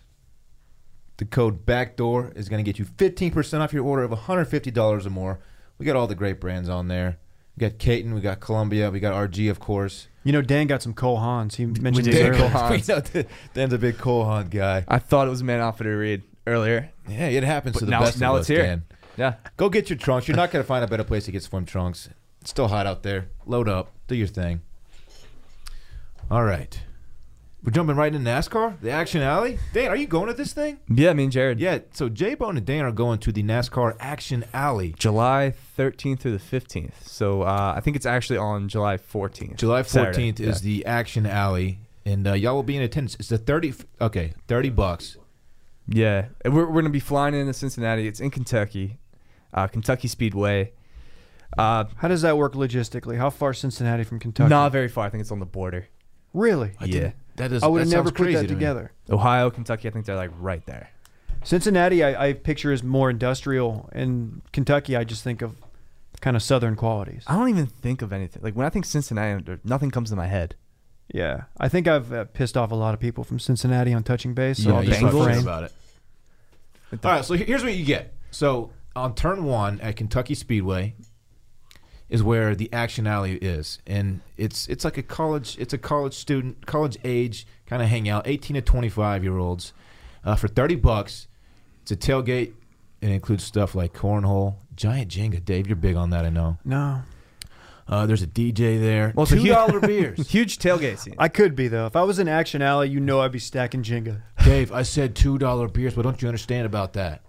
[SPEAKER 2] The code backdoor is going to get you 15% off your order of $150 or more. We got all the great brands on there. We got Caton, we got Columbia, we got RG, of course.
[SPEAKER 3] You know, Dan got some Cole Hans. He mentioned
[SPEAKER 1] did.
[SPEAKER 3] this
[SPEAKER 1] Dan
[SPEAKER 3] earlier.
[SPEAKER 1] Cole Hans.
[SPEAKER 2] We know that- Dan's a big Cole Haan guy.
[SPEAKER 1] I thought it was man outfitter read earlier.
[SPEAKER 2] Yeah, it happens
[SPEAKER 1] But
[SPEAKER 2] to the
[SPEAKER 1] now-
[SPEAKER 2] best
[SPEAKER 1] now
[SPEAKER 2] of
[SPEAKER 1] it's
[SPEAKER 2] us,
[SPEAKER 1] here.
[SPEAKER 2] Dan.
[SPEAKER 1] Yeah,
[SPEAKER 2] Go get your trunks. You're not going to find a better place to get swim trunks. It's still hot out there. Load up. Do your thing. All right. We're jumping right into NASCAR, the Action Alley. Dan, are you going to this thing?
[SPEAKER 1] yeah. Me and Jared.
[SPEAKER 2] Yeah. So J Bone and Dan are going to the NASCAR Action Alley.
[SPEAKER 1] July 13th through the 15th. So uh, I think it's actually on July 14th.
[SPEAKER 2] July 14th
[SPEAKER 1] Saturday.
[SPEAKER 2] is
[SPEAKER 1] Yeah.
[SPEAKER 2] the Action Alley, and uh, y'all will be in attendance. It's the 30. f- Okay, 30 bucks.
[SPEAKER 1] Yeah, And we're, we're gonna be flying into Cincinnati. It's in Kentucky, uh, Kentucky Speedway. Uh,
[SPEAKER 3] How does that work logistically? How far is Cincinnati from Kentucky?
[SPEAKER 1] Not very far. I think it's on the border.
[SPEAKER 3] really.
[SPEAKER 1] Yeah.
[SPEAKER 2] didn't- That is.
[SPEAKER 3] I would
[SPEAKER 2] that
[SPEAKER 3] have never
[SPEAKER 2] sounds
[SPEAKER 3] put
[SPEAKER 2] crazy to
[SPEAKER 3] that
[SPEAKER 2] me.
[SPEAKER 3] together.
[SPEAKER 1] Ohio, Kentucky. I think they're like right there.
[SPEAKER 3] Cincinnati, I, I picture is more industrial, and Kentucky, I just think of kind of southern qualities.
[SPEAKER 2] Ah.
[SPEAKER 1] I don't even think of anything. Like when I think Cincinnati, there- nothing comes to my head.
[SPEAKER 3] Yeah, I think I've uh, pissed off a lot of people from Cincinnati on touching base. So
[SPEAKER 2] Yeah,
[SPEAKER 3] I'll
[SPEAKER 2] you
[SPEAKER 3] just
[SPEAKER 2] talked
[SPEAKER 3] refrain.
[SPEAKER 2] about it. All right, so he- here's what you get. So on turn one at Kentucky Speedway is where the action alley is, and it's it's like a college it's a college student college age kind of hangout, 18 to 25 year olds, uh, for 30 bucks. It's a tailgate. It includes stuff like cornhole, giant Jenga. Dave, you're big on that, I know.
[SPEAKER 3] No,
[SPEAKER 2] Uh, there's a DJ there.
[SPEAKER 1] Well, it's a
[SPEAKER 2] Two
[SPEAKER 1] huge-
[SPEAKER 2] dollar beers.
[SPEAKER 1] Huge tailgate scene.
[SPEAKER 3] I could be though. If I was in Action Alley, you know I'd be stacking Jenga.
[SPEAKER 2] Dave, I said two dollar beers. What don't you understand about that?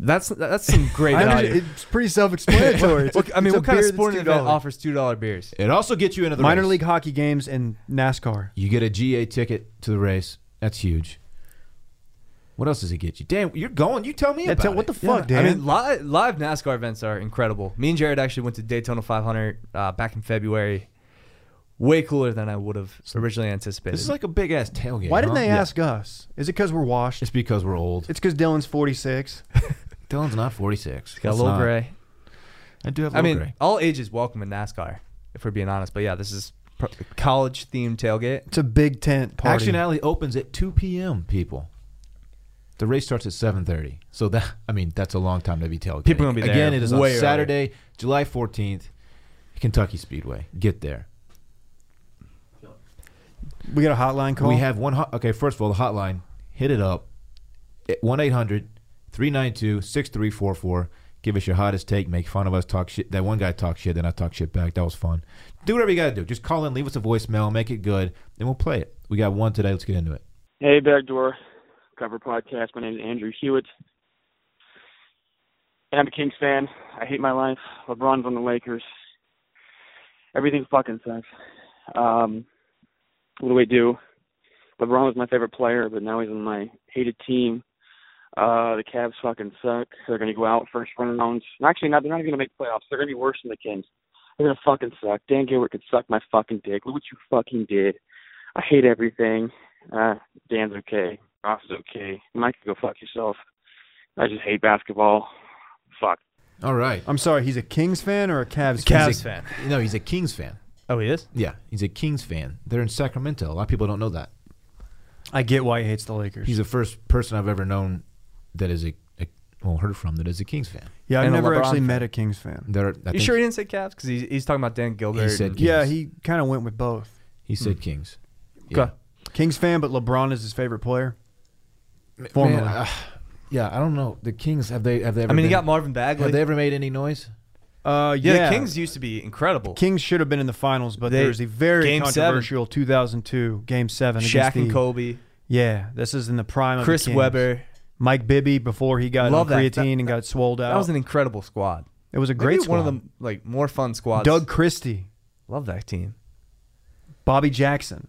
[SPEAKER 1] That's that's some great
[SPEAKER 3] I
[SPEAKER 1] value.
[SPEAKER 3] understand- it's pretty self-explanatory. It's a-
[SPEAKER 1] What- I mean,
[SPEAKER 3] it's a
[SPEAKER 1] what kind of
[SPEAKER 3] beer that's
[SPEAKER 1] sporting event
[SPEAKER 3] $2.
[SPEAKER 1] offers two dollar beers?
[SPEAKER 2] It also gets you into the
[SPEAKER 3] Minor
[SPEAKER 2] race.
[SPEAKER 3] league hockey games and NASCAR.
[SPEAKER 2] You get a GA ticket to the race. That's huge. What else does it get you? Dan, you're going. You tell me
[SPEAKER 3] That's
[SPEAKER 2] about
[SPEAKER 3] it. What the
[SPEAKER 2] it.
[SPEAKER 3] fuck,
[SPEAKER 1] I
[SPEAKER 3] Dan?
[SPEAKER 1] mean, live, live NASCAR events are incredible. Me and Jared actually went to Daytona 500 uh, back in February. Way cooler than I would have originally anticipated.
[SPEAKER 2] This is like a big ass tailgate.
[SPEAKER 3] Why didn't
[SPEAKER 2] huh?
[SPEAKER 3] they
[SPEAKER 2] Yeah.
[SPEAKER 3] ask us? Is it because we're washed?
[SPEAKER 2] It's because we're old.
[SPEAKER 3] It's because Dylan's 46.
[SPEAKER 2] Dylan's not 46.
[SPEAKER 1] It's got a
[SPEAKER 2] It's
[SPEAKER 1] little
[SPEAKER 2] not.
[SPEAKER 1] gray.
[SPEAKER 2] I do have. A
[SPEAKER 1] I
[SPEAKER 2] little
[SPEAKER 1] mean,
[SPEAKER 2] gray.
[SPEAKER 1] all ages welcome in NASCAR, if we're being honest. But yeah, this is pro- college themed tailgate.
[SPEAKER 3] It's a big tent party.
[SPEAKER 2] Action Alley opens at 2 p.m. People. The race starts at 7:30. So that I mean, that's a long time to be tailgating.
[SPEAKER 1] People are gonna be there
[SPEAKER 2] again. It is
[SPEAKER 1] way
[SPEAKER 2] on
[SPEAKER 1] early.
[SPEAKER 2] Saturday, July 14th, Kentucky Speedway. Get there.
[SPEAKER 3] We got a hotline call.
[SPEAKER 2] We have one. Hot, okay, first of all, the hotline. Hit it up. 1 800 392 6344. Give us your hottest take. Make fun of us. Talk shit. That one guy talked shit. Then I talked shit back. That was fun. Do whatever you got to do. Just call in, leave us a voicemail, make it good, and we'll play it. We got one today. Let's get into it.
[SPEAKER 8] Hey, Backdoor Cover Podcast. My name is Andrew Hewitt. And I'm a Kings fan. I hate my life. LeBron's on the Lakers. Everything fucking sucks. Um, what do we do? LeBron was my favorite player, but now he's on my hated team. Uh, the Cavs fucking suck. They're going to go out first rounds. Actually, no, they're not even going to make playoffs. They're going to be worse than the Kings. They're going to fucking suck. Dan Gilbert could suck my fucking dick. Look what you fucking did. I hate everything. Uh, Dan's okay. Ross is okay. Mike, go fuck yourself. I just hate basketball. Fuck.
[SPEAKER 2] All right.
[SPEAKER 3] I'm sorry, he's a Kings fan or a Cavs fan?
[SPEAKER 1] Cavs fan.
[SPEAKER 2] No, he's a Kings fan.
[SPEAKER 1] Oh, he is.
[SPEAKER 2] Yeah, he's a Kings fan. They're in Sacramento. A lot of people don't know that.
[SPEAKER 3] I get why he hates the Lakers.
[SPEAKER 2] He's the first person I've ever known that is a, a well heard from that is a Kings fan.
[SPEAKER 3] yeah, I've
[SPEAKER 1] and a
[SPEAKER 3] never
[SPEAKER 1] LeBron
[SPEAKER 3] actually
[SPEAKER 1] fan.
[SPEAKER 3] met a Kings fan.
[SPEAKER 2] There, I
[SPEAKER 1] You
[SPEAKER 2] think
[SPEAKER 1] sure he didn't say Cavs? Because he's, he's talking about Dan Gilbert.
[SPEAKER 2] He said
[SPEAKER 1] and-
[SPEAKER 2] Kings.
[SPEAKER 3] Yeah, he kind of went with both.
[SPEAKER 2] he
[SPEAKER 1] Hmm.
[SPEAKER 2] said Kings.
[SPEAKER 1] Okay.
[SPEAKER 3] Kings fan, but LeBron is his favorite player.
[SPEAKER 2] Formally.
[SPEAKER 3] Formerly.
[SPEAKER 2] uh, yeah, I don't know. The Kings have they have they? Ever
[SPEAKER 1] I mean, he
[SPEAKER 2] been-
[SPEAKER 1] got Marvin Bagley.
[SPEAKER 2] Have they ever made any noise?
[SPEAKER 3] Uh,
[SPEAKER 1] yeah,
[SPEAKER 3] yeah,
[SPEAKER 1] the Kings used to be incredible.
[SPEAKER 3] Kings should have been in the finals, but
[SPEAKER 1] They-
[SPEAKER 3] there was a very
[SPEAKER 1] Game seven.
[SPEAKER 3] controversial 2002 Game Seven. against
[SPEAKER 1] Shaq and
[SPEAKER 3] the-
[SPEAKER 1] Kobe,
[SPEAKER 3] Yeah, this is in the prime of the
[SPEAKER 1] Chris
[SPEAKER 3] Kings.
[SPEAKER 1] Webber.
[SPEAKER 3] Mike Bibby before he got
[SPEAKER 1] Love
[SPEAKER 3] on
[SPEAKER 1] that.
[SPEAKER 3] creatine
[SPEAKER 1] That-
[SPEAKER 3] and got swolled out.
[SPEAKER 1] That was an incredible squad.
[SPEAKER 3] it was a
[SPEAKER 1] Maybe
[SPEAKER 3] Oh. great
[SPEAKER 1] one
[SPEAKER 3] squad.
[SPEAKER 1] of the like more fun squads.
[SPEAKER 3] Doug Christie,
[SPEAKER 1] love that team.
[SPEAKER 3] Bobby Jackson.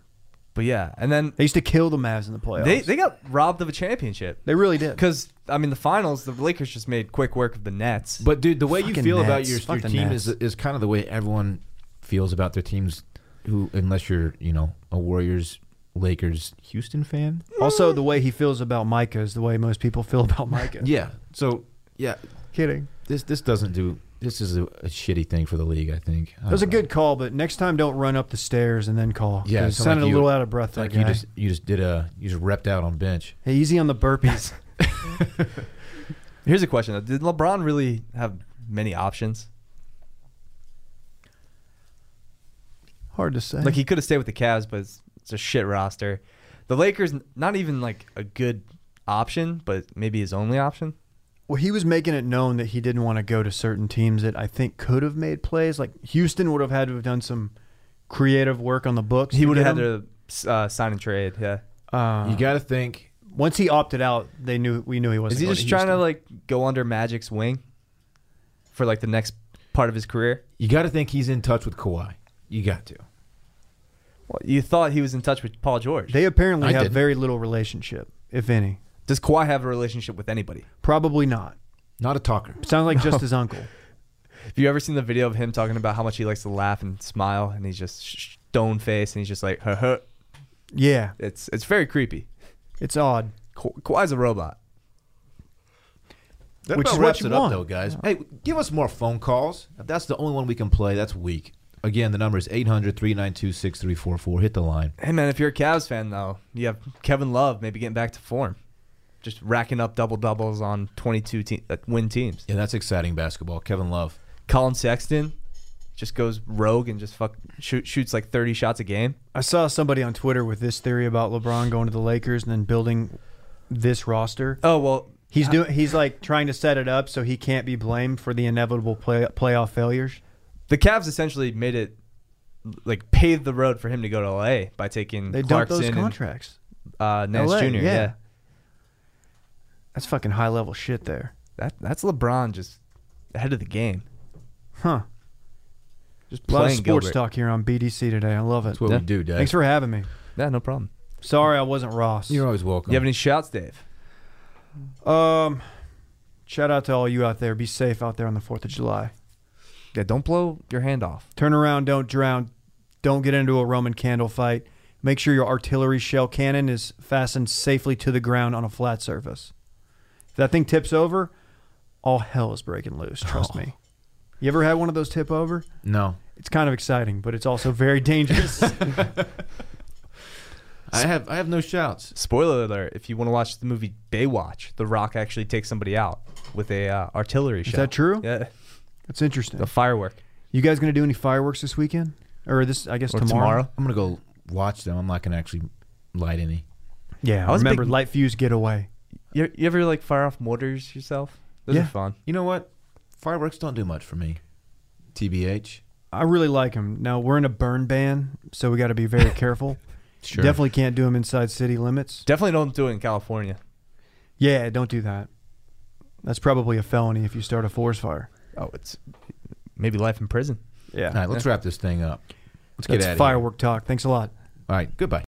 [SPEAKER 1] But yeah, and then
[SPEAKER 3] They used to kill the Mavs in the playoffs.
[SPEAKER 1] they they got robbed of a championship
[SPEAKER 3] They really did.
[SPEAKER 1] because I mean the finals the Lakers just made quick work of the Nets.
[SPEAKER 2] But dude, the way you
[SPEAKER 3] Fucking
[SPEAKER 2] feel about
[SPEAKER 3] Nets.
[SPEAKER 2] your,
[SPEAKER 3] Fuck
[SPEAKER 2] your
[SPEAKER 3] the
[SPEAKER 2] team
[SPEAKER 3] Nets.
[SPEAKER 2] is is kind of the way everyone feels about their teams. Who, unless you're you know a Warriors, Lakers, Houston fan.
[SPEAKER 3] Also, the way he feels about Micah is the way most people feel about Micah.
[SPEAKER 2] Yeah. So yeah,
[SPEAKER 3] Kidding.
[SPEAKER 2] this this doesn't do. This is a, a shitty thing for the league. I think I
[SPEAKER 3] That was a
[SPEAKER 2] don't know.
[SPEAKER 3] good call, but next time don't run up the stairs and then call.
[SPEAKER 2] Yeah,
[SPEAKER 3] it
[SPEAKER 2] so
[SPEAKER 3] sounded
[SPEAKER 2] like
[SPEAKER 3] a
[SPEAKER 2] you-
[SPEAKER 3] little out of breath. That
[SPEAKER 2] Like
[SPEAKER 3] guy.
[SPEAKER 2] you just you just did a you just repped out on bench.
[SPEAKER 3] hey, easy on the burpees.
[SPEAKER 1] Here's a question: though. Did LeBron really have many options?
[SPEAKER 3] Hard to say.
[SPEAKER 1] Like he could have stayed with the Cavs, but it's, it's a shit roster. The Lakers, n- not even like a good option, but maybe his only option.
[SPEAKER 3] well, he was making it known that he didn't want to go to certain teams that I think could have made plays. Like Houston would have had to have done some creative work on the books.
[SPEAKER 1] He
[SPEAKER 3] to
[SPEAKER 1] would have
[SPEAKER 3] get
[SPEAKER 1] had
[SPEAKER 3] him.
[SPEAKER 1] to uh, sign and trade. Yeah,
[SPEAKER 3] Uh,
[SPEAKER 2] you got to think.
[SPEAKER 3] once he opted out, they knew we knew he wasn't.
[SPEAKER 1] is he
[SPEAKER 3] going
[SPEAKER 1] just trying to
[SPEAKER 3] Houston.
[SPEAKER 1] like go under Magic's wing for like the next part of his career?
[SPEAKER 2] You got to think he's in touch with Kawhi. You got to.
[SPEAKER 1] Well, you thought he was in touch with Paul George.
[SPEAKER 3] They apparently
[SPEAKER 2] I
[SPEAKER 3] have
[SPEAKER 2] didn't.
[SPEAKER 3] very little relationship, if any.
[SPEAKER 1] Does Kawhi have a relationship with anybody?
[SPEAKER 3] Probably not.
[SPEAKER 2] Not a talker.
[SPEAKER 3] Sounds like just his uncle.
[SPEAKER 1] Have you ever seen the video of him talking about how much he likes to laugh and smile, and he's just sh- stone faced, and he's just like, huh, huh.
[SPEAKER 3] Yeah,
[SPEAKER 1] It's it's very creepy.
[SPEAKER 3] it's odd.
[SPEAKER 1] Ka- Kawhi's a robot.
[SPEAKER 2] That
[SPEAKER 3] Which
[SPEAKER 2] about
[SPEAKER 3] is what
[SPEAKER 2] wraps
[SPEAKER 3] you
[SPEAKER 2] it up,
[SPEAKER 3] want.
[SPEAKER 2] though, guys. Hey, give us more phone calls. If that's the only one we can play, that's weak. Again, the number is 800 392 6344. Hit the line.
[SPEAKER 1] Hey man, if you're a Cavs fan though, you have Kevin Love maybe getting back to form, just racking up double doubles on 22 te- uh, win teams.
[SPEAKER 2] Yeah, that's exciting basketball. Kevin Love.
[SPEAKER 1] Colin Sexton just goes rogue and just fuck shoot, shoots like 30 shots a game.
[SPEAKER 3] I saw somebody on Twitter with this theory about LeBron going to the Lakers and then building this roster.
[SPEAKER 1] Oh well,
[SPEAKER 3] He's
[SPEAKER 2] Uh,
[SPEAKER 3] doing. He's like trying to set it up so he can't be blamed for the inevitable play, playoff failures.
[SPEAKER 1] the Cavs essentially made it like paved the road for him to go to LA by taking
[SPEAKER 3] They dumped
[SPEAKER 1] Clarkson
[SPEAKER 3] those
[SPEAKER 1] and
[SPEAKER 3] contracts.
[SPEAKER 1] uh, Nance
[SPEAKER 3] LA,
[SPEAKER 1] Jr. Yeah.
[SPEAKER 3] yeah. That's fucking high level shit there,
[SPEAKER 1] that that's LeBron just ahead of the game.
[SPEAKER 3] huh?
[SPEAKER 1] Just
[SPEAKER 3] A lot of
[SPEAKER 1] playing
[SPEAKER 3] sports
[SPEAKER 1] Gilbert.
[SPEAKER 3] talk here on BDC today. I love it.
[SPEAKER 2] That's what
[SPEAKER 1] Yeah.
[SPEAKER 2] we do, Dad.
[SPEAKER 3] Thanks for having me.
[SPEAKER 1] Yeah, no problem.
[SPEAKER 3] Sorry, I wasn't Ross.
[SPEAKER 2] You're always welcome.
[SPEAKER 1] You have any shouts, Dave?
[SPEAKER 3] Um, shout out to all you out there. Be safe out there on the Fourth of July.
[SPEAKER 1] Yeah, don't blow your hand off.
[SPEAKER 3] Turn around, don't drown, don't get into a Roman candle fight. Make sure your artillery shell cannon is fastened safely to the ground on a flat surface. If that thing tips over, all hell is breaking loose. Trust me. You ever had one of those tip over?
[SPEAKER 2] no.
[SPEAKER 3] It's kind of exciting, but it's also very dangerous.
[SPEAKER 2] I have I have no shouts.
[SPEAKER 1] Spoiler alert: If you want to watch the movie Baywatch, The Rock actually takes somebody out with a uh, artillery shot.
[SPEAKER 3] that true?
[SPEAKER 1] Yeah,
[SPEAKER 3] That's interesting.
[SPEAKER 1] the firework.
[SPEAKER 3] You guys gonna do any fireworks this weekend, or this? I guess
[SPEAKER 1] Or
[SPEAKER 3] tomorrow.
[SPEAKER 1] tomorrow.
[SPEAKER 2] I'm going to go watch them. I'm not going to actually light any.
[SPEAKER 3] Yeah,
[SPEAKER 1] I was a
[SPEAKER 3] remember
[SPEAKER 1] big-
[SPEAKER 3] light fuse getaway.
[SPEAKER 1] You, you ever like fire off mortars yourself? Those are
[SPEAKER 2] Yeah.
[SPEAKER 1] fun.
[SPEAKER 2] You know what? Fireworks don't do much for me. TBH.
[SPEAKER 3] I really like them. Now we're in a burn ban, so we got to be very careful.
[SPEAKER 5] Sure.
[SPEAKER 3] Definitely can't do them inside city limits.
[SPEAKER 1] Definitely don't do it in California.
[SPEAKER 3] Yeah, don't do that. That's probably a felony if you start a forest fire.
[SPEAKER 1] Oh, it's maybe life in prison.
[SPEAKER 3] Yeah.
[SPEAKER 2] All right, let's wrap this thing up. Let's get
[SPEAKER 3] That's
[SPEAKER 2] out of here.
[SPEAKER 3] firework talk. Thanks a lot.
[SPEAKER 2] All right, goodbye.